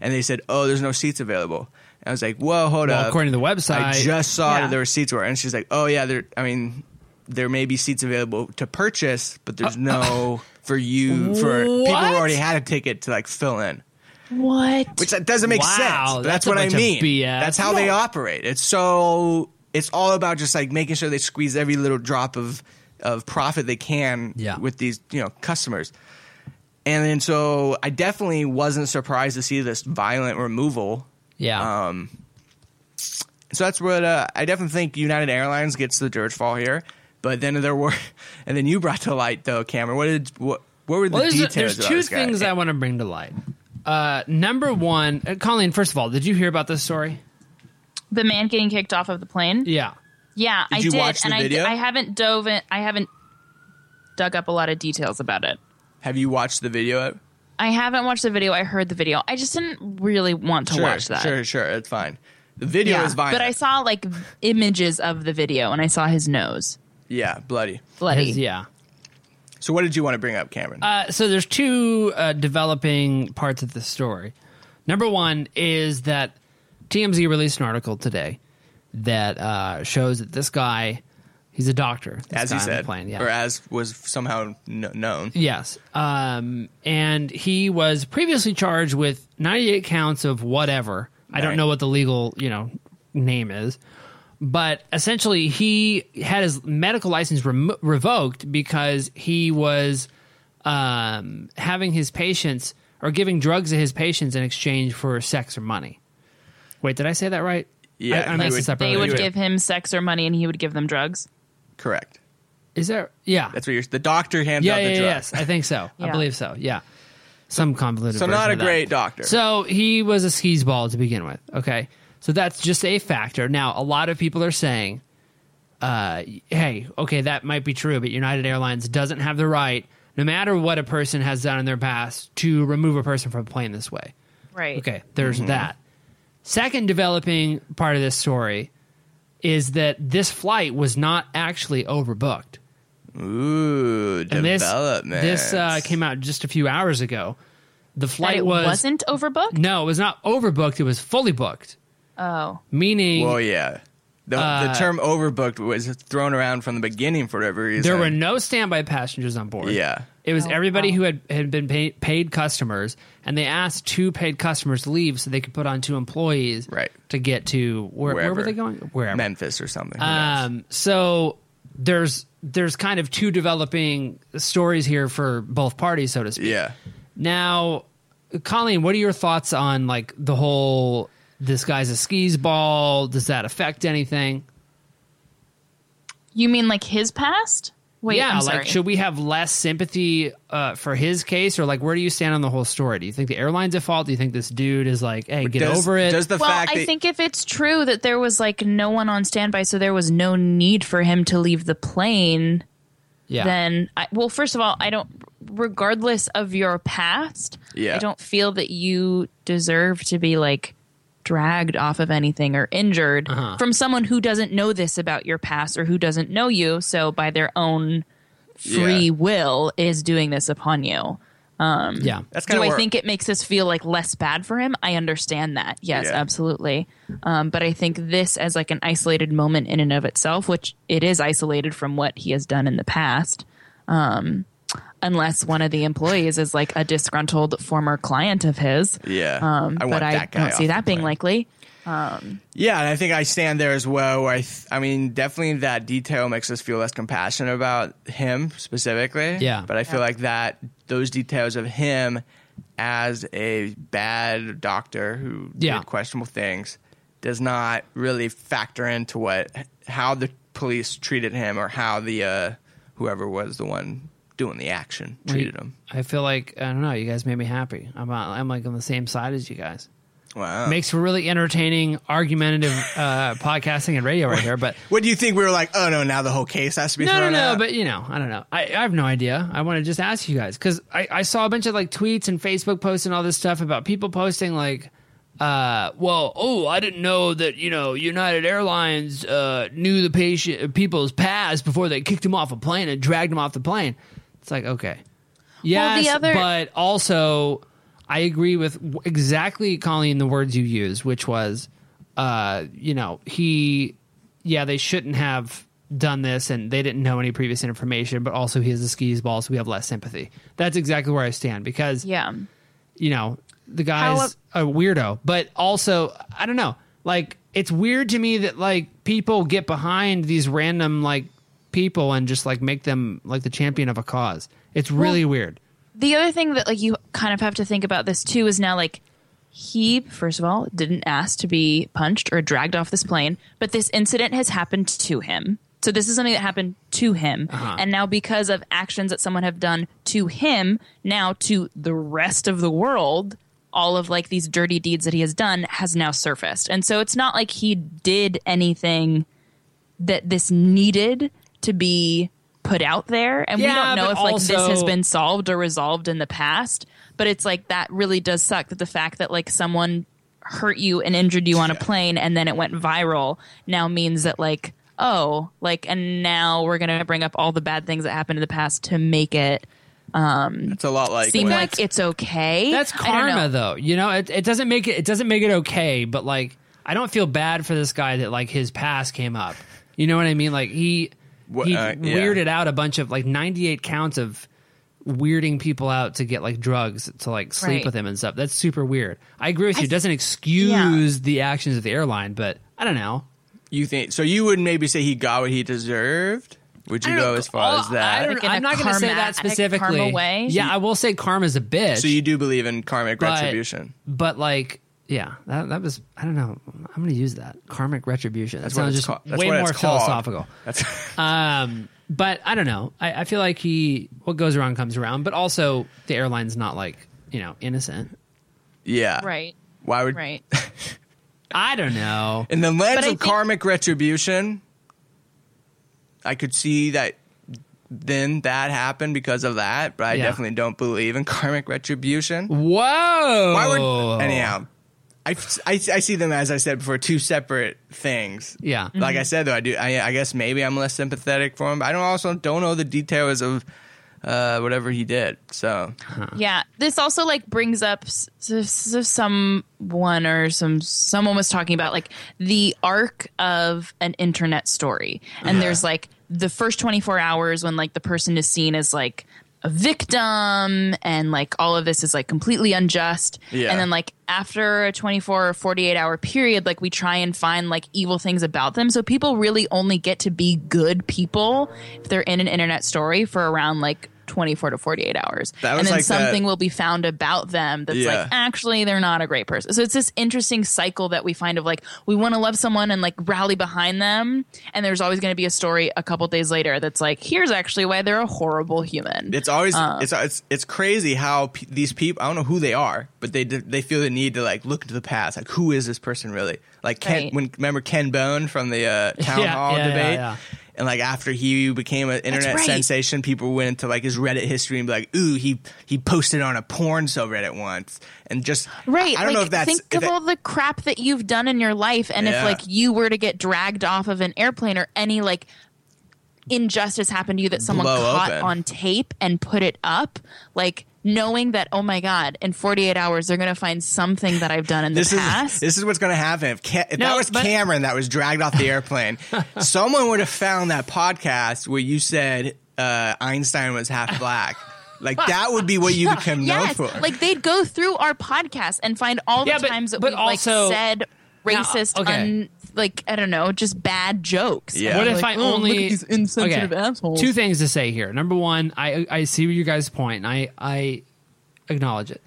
[SPEAKER 2] and they said, oh, there's no seats available. And I was like, whoa, hold
[SPEAKER 3] Well,
[SPEAKER 2] up.
[SPEAKER 3] according to the
[SPEAKER 2] I
[SPEAKER 3] website-
[SPEAKER 2] just saw
[SPEAKER 4] Yeah.
[SPEAKER 2] that there were seats were, and she's like, oh yeah, there. I mean, there may be seats available to purchase, but
[SPEAKER 3] Uh,
[SPEAKER 2] there's no for you for people who
[SPEAKER 3] What?
[SPEAKER 2] already had a ticket to like fill in
[SPEAKER 4] What?
[SPEAKER 2] which that doesn't make
[SPEAKER 3] Wow,
[SPEAKER 2] sense. But that's,
[SPEAKER 3] that's a
[SPEAKER 2] what I
[SPEAKER 3] bunch of
[SPEAKER 2] mean.
[SPEAKER 3] BS.
[SPEAKER 2] That's how they operate. It's so it's all about just like making sure they squeeze every little drop of of profit they can
[SPEAKER 3] Yeah.
[SPEAKER 2] with these you know customers. And then so I definitely wasn't surprised to see this violent removal.
[SPEAKER 3] Yeah.
[SPEAKER 2] Um, so that's what uh, I definitely think United Airlines gets the dirge fall here. But then there were, (laughs) and then you brought to light though, Cameron. What did what? What were the
[SPEAKER 3] well, there's,
[SPEAKER 2] details?
[SPEAKER 3] there's
[SPEAKER 2] about
[SPEAKER 3] two
[SPEAKER 2] this guy?
[SPEAKER 3] things I want to bring to light. Uh, number one, uh, Colleen, first of all, did you hear about this story?
[SPEAKER 4] the man getting kicked off of the plane?
[SPEAKER 3] Yeah.
[SPEAKER 4] Yeah, I
[SPEAKER 2] you
[SPEAKER 4] did,
[SPEAKER 2] watch the
[SPEAKER 4] and I
[SPEAKER 2] video?
[SPEAKER 4] I haven't dove in. I haven't dug up a lot of details about it.
[SPEAKER 2] Have you watched the video?
[SPEAKER 4] I haven't watched the video. I heard the video. I just didn't really want to
[SPEAKER 2] sure,
[SPEAKER 4] watch that.
[SPEAKER 2] Sure, sure, it's fine. The video
[SPEAKER 4] Yeah.
[SPEAKER 2] is violent.
[SPEAKER 4] But I saw like images of the video, and I saw his nose
[SPEAKER 2] yeah, bloody.
[SPEAKER 4] bloody.
[SPEAKER 3] Yeah.
[SPEAKER 2] So what did you want to bring up, Cameron?
[SPEAKER 3] Uh, so there's two uh, developing parts of the story. Number one is that TMZ released an article today that uh, shows that this guy, he's a doctor. this
[SPEAKER 2] as he
[SPEAKER 3] guy on the
[SPEAKER 2] said,
[SPEAKER 3] plane, yeah.
[SPEAKER 2] or as was somehow kn- known.
[SPEAKER 3] Yes. Um, and he was previously charged with 98 counts of whatever. I
[SPEAKER 2] Right.
[SPEAKER 3] don't know what the legal, you know, name is. But essentially, he had his medical license remo revoked because he was um, having his patients or giving drugs to his patients in exchange for sex or money. Wait, did I say that right?
[SPEAKER 2] Yeah,
[SPEAKER 3] I,
[SPEAKER 2] they
[SPEAKER 3] I messed
[SPEAKER 2] would-
[SPEAKER 3] this up
[SPEAKER 4] They
[SPEAKER 3] earlier.
[SPEAKER 4] would give him sex or money, and he would give them drugs.
[SPEAKER 2] Correct.
[SPEAKER 3] Is there? Yeah,
[SPEAKER 2] That's what you're. The doctor hands
[SPEAKER 3] yeah,
[SPEAKER 2] out the
[SPEAKER 3] yeah,
[SPEAKER 2] drugs.
[SPEAKER 3] yes, I think so. I
[SPEAKER 4] Yeah.
[SPEAKER 3] believe so. Yeah, some convoluted.
[SPEAKER 2] So not
[SPEAKER 3] version
[SPEAKER 2] a
[SPEAKER 3] of that.
[SPEAKER 2] great doctor.
[SPEAKER 3] So he was a skis ball to begin with. Okay, so that's just a factor. Now a lot of people are saying, uh, "Hey, okay, that might be true, but United Airlines doesn't have the right, no matter what a person has done in their past, to remove a person from playing this way."
[SPEAKER 4] Right.
[SPEAKER 3] Okay, there's
[SPEAKER 2] Mm-hmm.
[SPEAKER 3] that. Second developing part of this story is that this flight was not actually overbooked
[SPEAKER 2] Ooh,
[SPEAKER 3] and this
[SPEAKER 2] development.
[SPEAKER 3] this uh, came out just a few hours ago. The
[SPEAKER 4] That
[SPEAKER 3] flight
[SPEAKER 4] it
[SPEAKER 3] was
[SPEAKER 4] wasn't overbooked.
[SPEAKER 3] no, it was not overbooked. It was fully booked,
[SPEAKER 4] Oh,
[SPEAKER 3] meaning
[SPEAKER 2] Well, yeah. The,
[SPEAKER 3] uh,
[SPEAKER 2] the term overbooked was thrown around from the beginning for every reason.
[SPEAKER 3] There were no standby passengers on board.
[SPEAKER 2] Yeah.
[SPEAKER 3] It
[SPEAKER 4] Oh,
[SPEAKER 3] was everybody who had, had been paid, paid customers, and they asked two paid customers to leave so they could put on two employees
[SPEAKER 2] Right.
[SPEAKER 3] to get to where, where
[SPEAKER 2] Wherever.
[SPEAKER 3] were they going? Wherever.
[SPEAKER 2] Memphis or something. who knows?
[SPEAKER 3] Um, so there's there's kind of two developing stories here for both parties, so to speak.
[SPEAKER 2] yeah.
[SPEAKER 3] Now, Colleen, what are your thoughts on like the whole this guy's a skis ball? Does that affect anything?
[SPEAKER 4] You mean like his past? Wait,
[SPEAKER 3] yeah,
[SPEAKER 4] I'm
[SPEAKER 3] like
[SPEAKER 4] sorry.
[SPEAKER 3] should we have less sympathy uh, for his case, or like where do you stand on the whole story? Do you think the airline's at fault? Do you think this dude is like, hey, get
[SPEAKER 2] does,
[SPEAKER 3] over it?
[SPEAKER 2] Does the
[SPEAKER 4] well,
[SPEAKER 2] fact
[SPEAKER 4] I
[SPEAKER 2] that
[SPEAKER 4] think if it's true that there was like no one on standby, so there was no need for him to leave the plane,
[SPEAKER 3] yeah,
[SPEAKER 4] then I, well, first of all, I don't. Regardless of your past,
[SPEAKER 2] Yeah.
[SPEAKER 4] I don't feel that you deserve to be like dragged off of anything or injured from someone who doesn't know this about your past or who doesn't know you. So by their own free
[SPEAKER 2] Yeah.
[SPEAKER 4] will is doing this upon you.
[SPEAKER 3] yeah,
[SPEAKER 2] that's kind
[SPEAKER 4] Do
[SPEAKER 2] of
[SPEAKER 4] I
[SPEAKER 2] where,
[SPEAKER 4] think it makes us feel like less bad for him? I understand that. Yes,
[SPEAKER 2] Yeah.
[SPEAKER 4] absolutely. Um, but I think this as like an isolated moment in and of itself, which it is isolated from what he has done in the past. Um, unless one of the employees is like a disgruntled former client of his.
[SPEAKER 2] Yeah.
[SPEAKER 4] Um,
[SPEAKER 2] I want
[SPEAKER 4] but I
[SPEAKER 2] that guy
[SPEAKER 4] don't see
[SPEAKER 2] off
[SPEAKER 4] that
[SPEAKER 2] the
[SPEAKER 4] being
[SPEAKER 2] plane.
[SPEAKER 4] likely.
[SPEAKER 2] Yeah, and I think I stand there as well. Where I, th- I mean, definitely that detail makes us feel less compassionate about him specifically.
[SPEAKER 3] Yeah.
[SPEAKER 2] but I feel like that those details of him as a bad doctor who
[SPEAKER 3] Yeah.
[SPEAKER 2] did questionable things does not really factor into what how the police treated him or how the uh, whoever was the one doing the action treated him.
[SPEAKER 3] I feel like I don't know. You guys made me happy. I'm uh, I'm like on the same side as you guys.
[SPEAKER 2] Wow.
[SPEAKER 3] Makes for really entertaining, argumentative uh, (laughs) podcasting and radio right here. But
[SPEAKER 2] what do you think? We were like, oh no, now the whole case has to be
[SPEAKER 3] no, no,
[SPEAKER 2] thrown
[SPEAKER 3] no.
[SPEAKER 2] out.
[SPEAKER 3] But you know, I don't know. I, I have no idea. I want to just ask you guys because I, I saw a bunch of like tweets and Facebook posts and all this stuff about people posting like, uh, well, oh, I didn't know that you know United Airlines uh, knew the patient people's past before they kicked him off a plane and dragged him off the plane. It's like okay, yes,
[SPEAKER 4] other-
[SPEAKER 3] but also I agree with w- exactly Colleen the words you used, which was, uh, you know, he, yeah, they shouldn't have done this, and they didn't know any previous information, but also he has a skis ball, so we have less sympathy. That's exactly where I stand because,
[SPEAKER 4] Yeah.
[SPEAKER 3] you know, the guy's a weirdo, but also I don't know, like it's weird to me that like people get behind these random like people and just like make them like the champion of a cause. It's really weird.
[SPEAKER 4] the other thing that like you kind of have to think about this too is now like he first of all didn't ask to be punched or dragged off this plane but this incident has happened to him so this is something that happened to him and now because of actions that someone have done to him now to the rest of the world all of like these dirty deeds that he has done has now surfaced and so it's not like he did anything that this needed to be put out there and we
[SPEAKER 3] Yeah,
[SPEAKER 4] don't know
[SPEAKER 3] but
[SPEAKER 4] if like this
[SPEAKER 3] also-
[SPEAKER 4] has been solved or resolved in the past but it's like that really does suck that the fact that like someone hurt you and injured you on a plane and then it went viral now means that like oh like and now we're gonna bring up all the bad things that happened in the past to make it
[SPEAKER 2] it's a lot like
[SPEAKER 4] seem
[SPEAKER 2] when-
[SPEAKER 4] like it's okay
[SPEAKER 3] That's
[SPEAKER 4] I don't know.
[SPEAKER 3] karma, though. You know, it, it doesn't make it. It doesn't make it okay. But like, I don't feel bad for this guy that like his past came up. You know what I mean? Like he
[SPEAKER 2] Wha-
[SPEAKER 3] he
[SPEAKER 2] uh, yeah.
[SPEAKER 3] weirded out a bunch of like ninety eight counts of weirding people out to get like drugs to like sleep
[SPEAKER 4] Right.
[SPEAKER 3] with them and stuff. That's super weird. I agree with you. It doesn't excuse the actions of the airline, but I don't know.
[SPEAKER 2] You think so? You would maybe say he got what he deserved. Would you
[SPEAKER 3] I don't-
[SPEAKER 2] go as far
[SPEAKER 3] oh,
[SPEAKER 2] as that?
[SPEAKER 3] I don't,
[SPEAKER 4] in a
[SPEAKER 3] I'm not going to say that
[SPEAKER 4] karmatic
[SPEAKER 3] specifically.
[SPEAKER 4] karma way?
[SPEAKER 3] Yeah, I will say karma's a bitch.
[SPEAKER 2] so you do believe in karmic
[SPEAKER 3] But-
[SPEAKER 2] retribution?
[SPEAKER 3] But like, yeah, that, that was I don't know. I'm going to use that karmic retribution. That
[SPEAKER 2] That's what
[SPEAKER 3] sounds
[SPEAKER 2] it's
[SPEAKER 3] just
[SPEAKER 2] called. That's
[SPEAKER 3] way
[SPEAKER 2] what
[SPEAKER 3] more
[SPEAKER 2] it's called.
[SPEAKER 3] philosophical.
[SPEAKER 2] That's (laughs)
[SPEAKER 3] Um, but I don't know. I, I feel like he what goes around comes around. But also, the airline's not like you know innocent.
[SPEAKER 2] yeah.
[SPEAKER 4] right
[SPEAKER 2] Why would
[SPEAKER 4] right
[SPEAKER 3] I don't know.
[SPEAKER 2] in the lens
[SPEAKER 4] But
[SPEAKER 2] of
[SPEAKER 4] I think-
[SPEAKER 2] karmic retribution? I could see that then that happened because of that, but I
[SPEAKER 3] Yeah.
[SPEAKER 2] definitely don't believe in karmic retribution.
[SPEAKER 3] Whoa!
[SPEAKER 2] Why
[SPEAKER 3] Oh.
[SPEAKER 2] would anyhow? I, I, I see them as I said before, two separate things.
[SPEAKER 3] Yeah.
[SPEAKER 2] Like I said though, I do. I, I guess maybe I'm less sympathetic for him. But I don't also don't know the details of uh, whatever he did. So
[SPEAKER 4] Yeah, this also like brings up s- s- s- someone or some someone was talking about like the arc of an internet story, and there's like the first 24 hours when like the person is seen as like a victim and like all of this is like completely unjust
[SPEAKER 2] Yeah.
[SPEAKER 4] and then like after a 24 or 48 hour period like we try and find like evil things about them so people really only get to be good people if they're in an internet story for around like 24 to 48 hours
[SPEAKER 2] That was
[SPEAKER 4] and then
[SPEAKER 2] like that-
[SPEAKER 4] something will be found about them that's
[SPEAKER 2] Yeah.
[SPEAKER 4] like actually they're not a great person. So it's this interesting cycle that we find of like we want to love someone and like rally behind them, and there's always going to be a story a couple days later that's like here's actually why they're a horrible human.
[SPEAKER 2] it's always
[SPEAKER 4] Um,
[SPEAKER 2] it's it's it's crazy how p- these people I don't know who they are, but they d- they feel the need to like look into the past, like who is this person really? Like Ken,
[SPEAKER 4] Right.
[SPEAKER 2] when remember Ken Bone from the
[SPEAKER 4] (laughs)
[SPEAKER 2] uh, town
[SPEAKER 3] Yeah,
[SPEAKER 2] hall
[SPEAKER 3] yeah, yeah,
[SPEAKER 2] debate.
[SPEAKER 3] yeah.
[SPEAKER 2] And like after he became an internet
[SPEAKER 4] right.
[SPEAKER 2] sensation, people went into like his Reddit history and be like, "Ooh, he he posted on a porn subreddit once," and just
[SPEAKER 4] Right.
[SPEAKER 2] I, I don't
[SPEAKER 4] like,
[SPEAKER 2] know if that's
[SPEAKER 4] think
[SPEAKER 2] if
[SPEAKER 4] of
[SPEAKER 2] that-
[SPEAKER 4] all the crap that you've done in your life, and
[SPEAKER 2] Yeah.
[SPEAKER 4] if like you were to get dragged off of an airplane or any like injustice happened to you that someone
[SPEAKER 2] Blow
[SPEAKER 4] caught
[SPEAKER 2] open.
[SPEAKER 4] on tape and put it up, like knowing that oh my god, in 48 hours they're gonna find something that I've done in the
[SPEAKER 2] This
[SPEAKER 4] past.
[SPEAKER 2] is this is what's going to happen. If, Ca- if that
[SPEAKER 3] No,
[SPEAKER 2] was
[SPEAKER 3] but-
[SPEAKER 2] Cameron that was dragged
[SPEAKER 4] (laughs)
[SPEAKER 2] off the airplane, someone would have found that podcast where you said uh, Einstein was half black. Like that would be what you become
[SPEAKER 4] yes,
[SPEAKER 2] known for.
[SPEAKER 4] like they'd go through our podcast and find all the
[SPEAKER 3] Yeah, but-
[SPEAKER 4] times that
[SPEAKER 3] but
[SPEAKER 4] we
[SPEAKER 3] also-
[SPEAKER 4] like said
[SPEAKER 3] Now,
[SPEAKER 4] racist,
[SPEAKER 3] okay.
[SPEAKER 4] un, like I don't know, just bad jokes.
[SPEAKER 2] Yeah.
[SPEAKER 4] And
[SPEAKER 3] What
[SPEAKER 4] we're
[SPEAKER 3] if
[SPEAKER 4] like,
[SPEAKER 3] I
[SPEAKER 4] "Oh,
[SPEAKER 3] only
[SPEAKER 4] look at these insensitive
[SPEAKER 3] okay,
[SPEAKER 4] assholes?
[SPEAKER 3] Two things to say here. Number one, I I see your guys' point, and I I acknowledge it.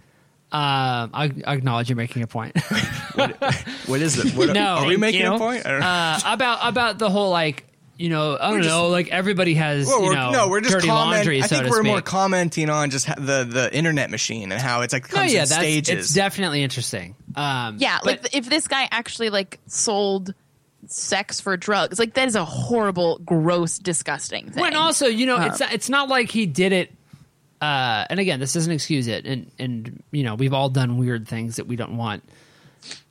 [SPEAKER 3] Um, I, I acknowledge you're making a point. (laughs)
[SPEAKER 2] what is it? What,
[SPEAKER 3] No,
[SPEAKER 2] are we making
[SPEAKER 3] you know,
[SPEAKER 2] a point? I don't know.
[SPEAKER 3] uh, about about the whole like you know I don't know like everybody has
[SPEAKER 2] Well,
[SPEAKER 3] you
[SPEAKER 2] we're-
[SPEAKER 3] know
[SPEAKER 2] no, we're just
[SPEAKER 3] dirty
[SPEAKER 2] comment-
[SPEAKER 3] laundry.
[SPEAKER 2] I
[SPEAKER 3] so
[SPEAKER 2] think
[SPEAKER 3] to
[SPEAKER 2] we're
[SPEAKER 3] speak.
[SPEAKER 2] more commenting on just ha- the the internet machine and how it's like
[SPEAKER 3] no,
[SPEAKER 2] comes
[SPEAKER 3] Oh, yeah,
[SPEAKER 2] in
[SPEAKER 3] that's, it's
[SPEAKER 2] stages.
[SPEAKER 3] definitely interesting. Um,
[SPEAKER 4] Yeah,
[SPEAKER 3] but-
[SPEAKER 4] like th- if this guy actually like sold sex for drugs, like that is a horrible, gross, disgusting thing.
[SPEAKER 3] Well, and also, you know,
[SPEAKER 2] Uh-huh.
[SPEAKER 3] it's not, it's not like he did it. Uh, and again, this doesn't excuse it, and and you know, we've all done weird things that we don't want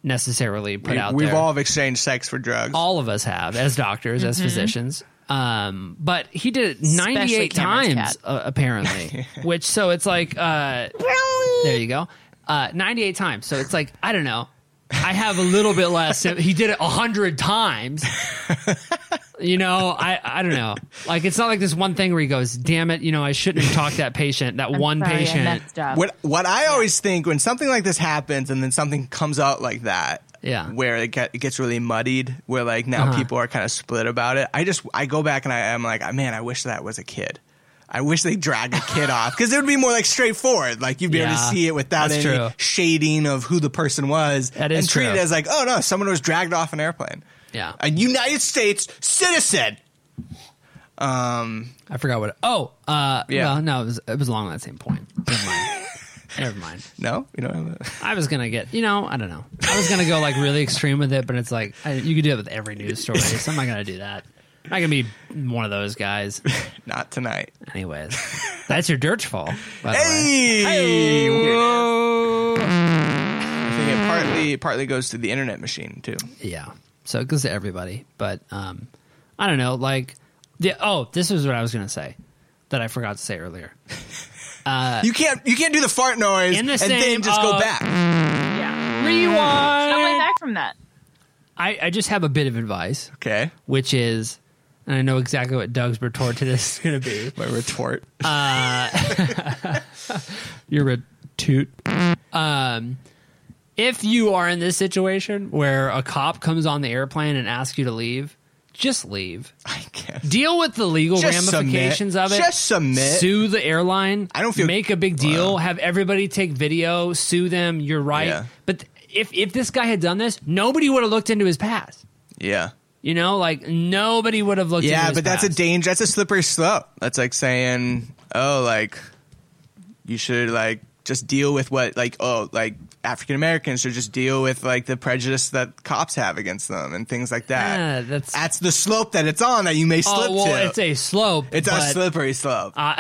[SPEAKER 3] necessarily put out
[SPEAKER 2] We've
[SPEAKER 3] there.
[SPEAKER 2] all exchanged sex for drugs.
[SPEAKER 3] all of us have as doctors, as
[SPEAKER 4] Mm-hmm.
[SPEAKER 3] physicians. Um, but he did it ninety eight
[SPEAKER 4] Cameron's
[SPEAKER 3] times
[SPEAKER 4] cat.
[SPEAKER 3] uh, apparently, which so it's like uh, there you go, uh, ninety eight times. So it's like I don't know. I have a little bit less. (laughs) He did it hundred times. You know, I I don't know. Like it's not like this one thing where he goes, "Damn it!" You know, I shouldn't have talked that patient, that one patient.
[SPEAKER 2] What what I always think when something like this happens and then something comes out like that,
[SPEAKER 3] Yeah. Uh-huh.
[SPEAKER 2] where it, get, it gets really muddied, where like now people are kind of split about it. I just I go back and I am like, man, I wish that was a kid. I wish they dragged a
[SPEAKER 3] (laughs)
[SPEAKER 2] kid off because it would be more like straightforward. Like you'd be able to
[SPEAKER 3] Yeah,
[SPEAKER 2] see it without any
[SPEAKER 3] that's true.
[SPEAKER 2] shading of who the person was,
[SPEAKER 3] That is
[SPEAKER 2] and treat it
[SPEAKER 3] true.
[SPEAKER 2] as like, oh no, someone was dragged off an airplane.
[SPEAKER 3] Yeah.
[SPEAKER 2] a United States citizen.
[SPEAKER 3] I forgot what. Oh, uh,
[SPEAKER 2] Yeah.
[SPEAKER 3] well, no, it was it was along that same point. Never mind. Never mind.
[SPEAKER 2] No, you don't have that.
[SPEAKER 3] I was gonna get, you know, I don't know. I was gonna go like really extreme with it, but it's like I, you could do it with every news story. So I'm not gonna do that. I'm not gonna be one of those guys.
[SPEAKER 2] (laughs) Not tonight.
[SPEAKER 3] Anyways, that's your dirt's fault. By the way.
[SPEAKER 2] Hey, Here it is. I think it partly it partly goes to the internet machine too.
[SPEAKER 3] Yeah. So it goes to everybody, but um, I don't know. Like, the, oh, this is what I was gonna say that I forgot to say earlier.
[SPEAKER 2] you can't you can't do the fart noise
[SPEAKER 3] Uh, In the
[SPEAKER 2] and
[SPEAKER 3] same,
[SPEAKER 2] then just go
[SPEAKER 3] uh,
[SPEAKER 2] back.
[SPEAKER 4] Yeah. How am Mm. I
[SPEAKER 3] Rewind.
[SPEAKER 4] back from that?
[SPEAKER 3] I, I just have a bit of advice,
[SPEAKER 2] Okay,
[SPEAKER 3] which is, and I know exactly what Doug's retort to this is gonna be.
[SPEAKER 2] my retort.
[SPEAKER 3] you're a toot. Um, if you are in this situation where a cop comes on the airplane and asks you to leave, just leave.
[SPEAKER 2] (laughs) I can't.
[SPEAKER 3] Deal with the legal
[SPEAKER 2] Just
[SPEAKER 3] ramifications
[SPEAKER 2] submit.
[SPEAKER 3] of it.
[SPEAKER 2] Just submit.
[SPEAKER 3] Sue the airline.
[SPEAKER 2] I don't feel-
[SPEAKER 3] make a big deal. Have everybody take video. Sue them. You're right.
[SPEAKER 2] Yeah.
[SPEAKER 3] But th- if if this guy had done this, nobody would have looked into his past.
[SPEAKER 2] Yeah,
[SPEAKER 3] You know, like nobody would have looked. into
[SPEAKER 2] yeah,
[SPEAKER 3] his
[SPEAKER 2] but that's a
[SPEAKER 3] past.
[SPEAKER 2] danger. That's a slippery slope. That's like saying, oh, like you should like just deal with what like oh like African Americans should just deal with like the prejudice that cops have against them and things like that.
[SPEAKER 3] Yeah, that's-
[SPEAKER 2] that's the slope that it's on that you may slip
[SPEAKER 3] Oh well,
[SPEAKER 2] to.
[SPEAKER 3] it's a slope.
[SPEAKER 2] It's
[SPEAKER 3] but
[SPEAKER 2] a slippery slope.
[SPEAKER 3] I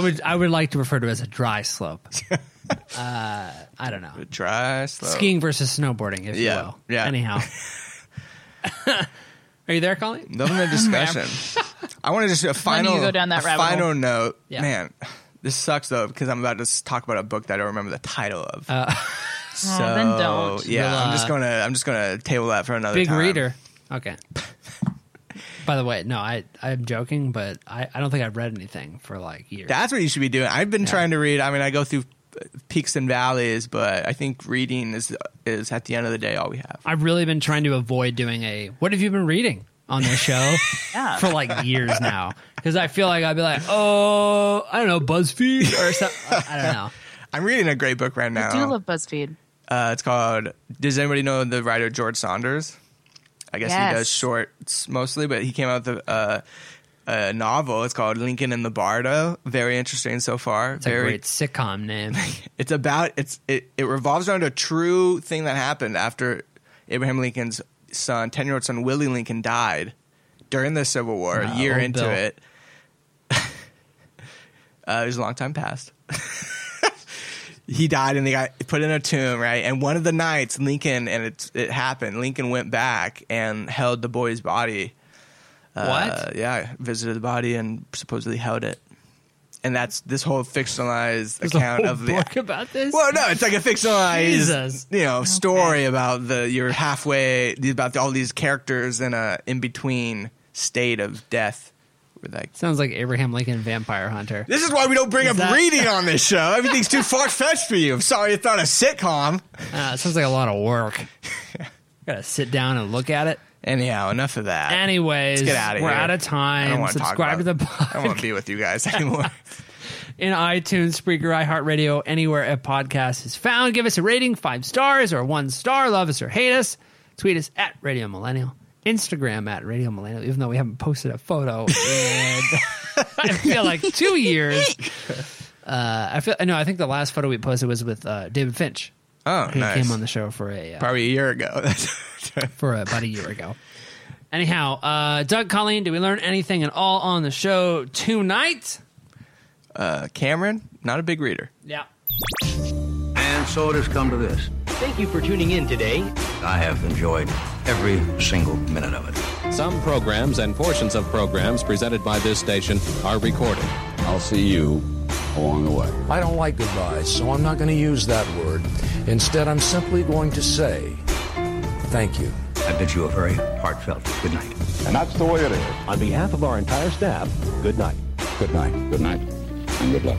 [SPEAKER 3] would I would like to refer to it as a
[SPEAKER 2] (laughs)
[SPEAKER 3] dry slope. uh, I don't know.
[SPEAKER 2] Dry slope.
[SPEAKER 3] skiing versus snowboarding, if
[SPEAKER 2] uh, Yeah,
[SPEAKER 3] you will.
[SPEAKER 2] yeah. (laughs)
[SPEAKER 3] Anyhow, are you there, Colleen? (laughs)
[SPEAKER 2] Nothing but discussion. I want to just a final,
[SPEAKER 4] go down that
[SPEAKER 2] a
[SPEAKER 4] rabbit
[SPEAKER 2] final
[SPEAKER 4] hole.
[SPEAKER 2] note.
[SPEAKER 3] Yeah.
[SPEAKER 2] Man, this sucks though because I'm about to s- talk about a book that I don't remember the title of.
[SPEAKER 3] Uh, (laughs)
[SPEAKER 2] so
[SPEAKER 4] then don't.
[SPEAKER 2] Yeah,
[SPEAKER 3] We'll,
[SPEAKER 2] I'm just
[SPEAKER 3] uh,
[SPEAKER 2] gonna I'm just gonna table that for another
[SPEAKER 3] Big
[SPEAKER 2] time.
[SPEAKER 3] reader. Okay. By the way, no, I I'm joking, but I, I don't think I've read anything for like years.
[SPEAKER 2] That's what you should be doing. I've been trying to read. I mean, I go through uh, peaks and valleys, but I think reading is is at the end of the day all we have.
[SPEAKER 3] I've really been trying to avoid doing a what have you been reading on
[SPEAKER 2] (laughs)
[SPEAKER 3] this show
[SPEAKER 4] Yeah.
[SPEAKER 3] for like years now because I feel like I'd be like, oh, I don't know, BuzzFeed or something. I don't know.
[SPEAKER 2] I'm reading a great book right now.
[SPEAKER 4] I do love BuzzFeed.
[SPEAKER 2] Uh, it's called. Does anybody know the writer George Saunders? I guess
[SPEAKER 4] Yes.
[SPEAKER 2] he does shorts mostly, but he came out with a, uh, a novel. It's called Lincoln and the Bardo. Very interesting so far.
[SPEAKER 3] It's
[SPEAKER 2] Very.
[SPEAKER 3] a great sitcom name.
[SPEAKER 2] It's about it's it, it revolves around a true thing that happened after Abraham Lincoln's son, ten year old son Willie Lincoln, died during the Civil War.
[SPEAKER 3] Wow,
[SPEAKER 2] a year
[SPEAKER 3] old
[SPEAKER 2] into
[SPEAKER 3] Bill.
[SPEAKER 2] it, (laughs) uh, it was a long time past. (laughs) he died and they got put in a tomb, right? And one of the nights, Lincoln and it it happened. Lincoln went back and held the boy's body. (laughs) Uh,
[SPEAKER 3] what?
[SPEAKER 2] yeah, visited the body and supposedly held it. And that's this whole fictionalized
[SPEAKER 3] There's a
[SPEAKER 2] account
[SPEAKER 3] whole
[SPEAKER 2] of the
[SPEAKER 3] book about this.
[SPEAKER 2] well, no, it's like a fictionalized,
[SPEAKER 3] Jesus.
[SPEAKER 2] you know, story about the you're halfway about all these characters in a in between state of death. We're like,
[SPEAKER 3] Sounds like Abraham Lincoln
[SPEAKER 2] (laughs)
[SPEAKER 3] Vampire Hunter.
[SPEAKER 2] this is why we don't bring up
[SPEAKER 3] that-
[SPEAKER 2] reading on
[SPEAKER 3] (laughs)
[SPEAKER 2] this show. Everything's too far fetched for you. I'm sorry, it's not a sitcom.
[SPEAKER 3] Uh, it sounds like a lot
[SPEAKER 2] (laughs)
[SPEAKER 3] of work. Gotta sit down and look at it.
[SPEAKER 2] Anyhow, enough of that.
[SPEAKER 3] Anyways,
[SPEAKER 2] Let's get out of
[SPEAKER 3] we're
[SPEAKER 2] here.
[SPEAKER 3] out of
[SPEAKER 2] I don't
[SPEAKER 3] time.
[SPEAKER 2] wanna talk
[SPEAKER 3] Subscribe to
[SPEAKER 2] about
[SPEAKER 3] the
[SPEAKER 2] it. I don't want
[SPEAKER 3] podcast
[SPEAKER 2] to be with you guys (laughs) anymore.
[SPEAKER 3] in iTunes, Spreaker, iHeartRadio, anywhere a podcast is found. Give us a rating, five stars or one star. Love us or hate us. Tweet us at Radio Millennial. Instagram at Radio Millennial, even though we haven't posted a photo in (laughs) I feel like two years. Uh, I feel no. I think the last photo we posted was with uh, David Finch.
[SPEAKER 2] oh,
[SPEAKER 3] He
[SPEAKER 2] nice.
[SPEAKER 3] came on the show for a uh,
[SPEAKER 2] Probably a year ago. (laughs)
[SPEAKER 3] for about a year ago. Anyhow, uh, Doug, Colleen, did we learn anything at all on the show tonight?
[SPEAKER 2] uh, Cameron, not a big reader.
[SPEAKER 3] Yeah.
[SPEAKER 5] And so it has come to this.
[SPEAKER 7] Thank you for tuning in today.
[SPEAKER 5] I have enjoyed every single minute of it.
[SPEAKER 9] Some programs and portions of programs presented by this station are recorded.
[SPEAKER 10] I'll see you along the way.
[SPEAKER 11] I don't like goodbyes, so I'm not going to use that word. Instead, I'm simply going to say thank you.
[SPEAKER 5] I bid you a very heartfelt good night.
[SPEAKER 10] And that's the way it is.
[SPEAKER 7] On behalf of our entire staff, good night.
[SPEAKER 10] Good night. Good night. And good luck.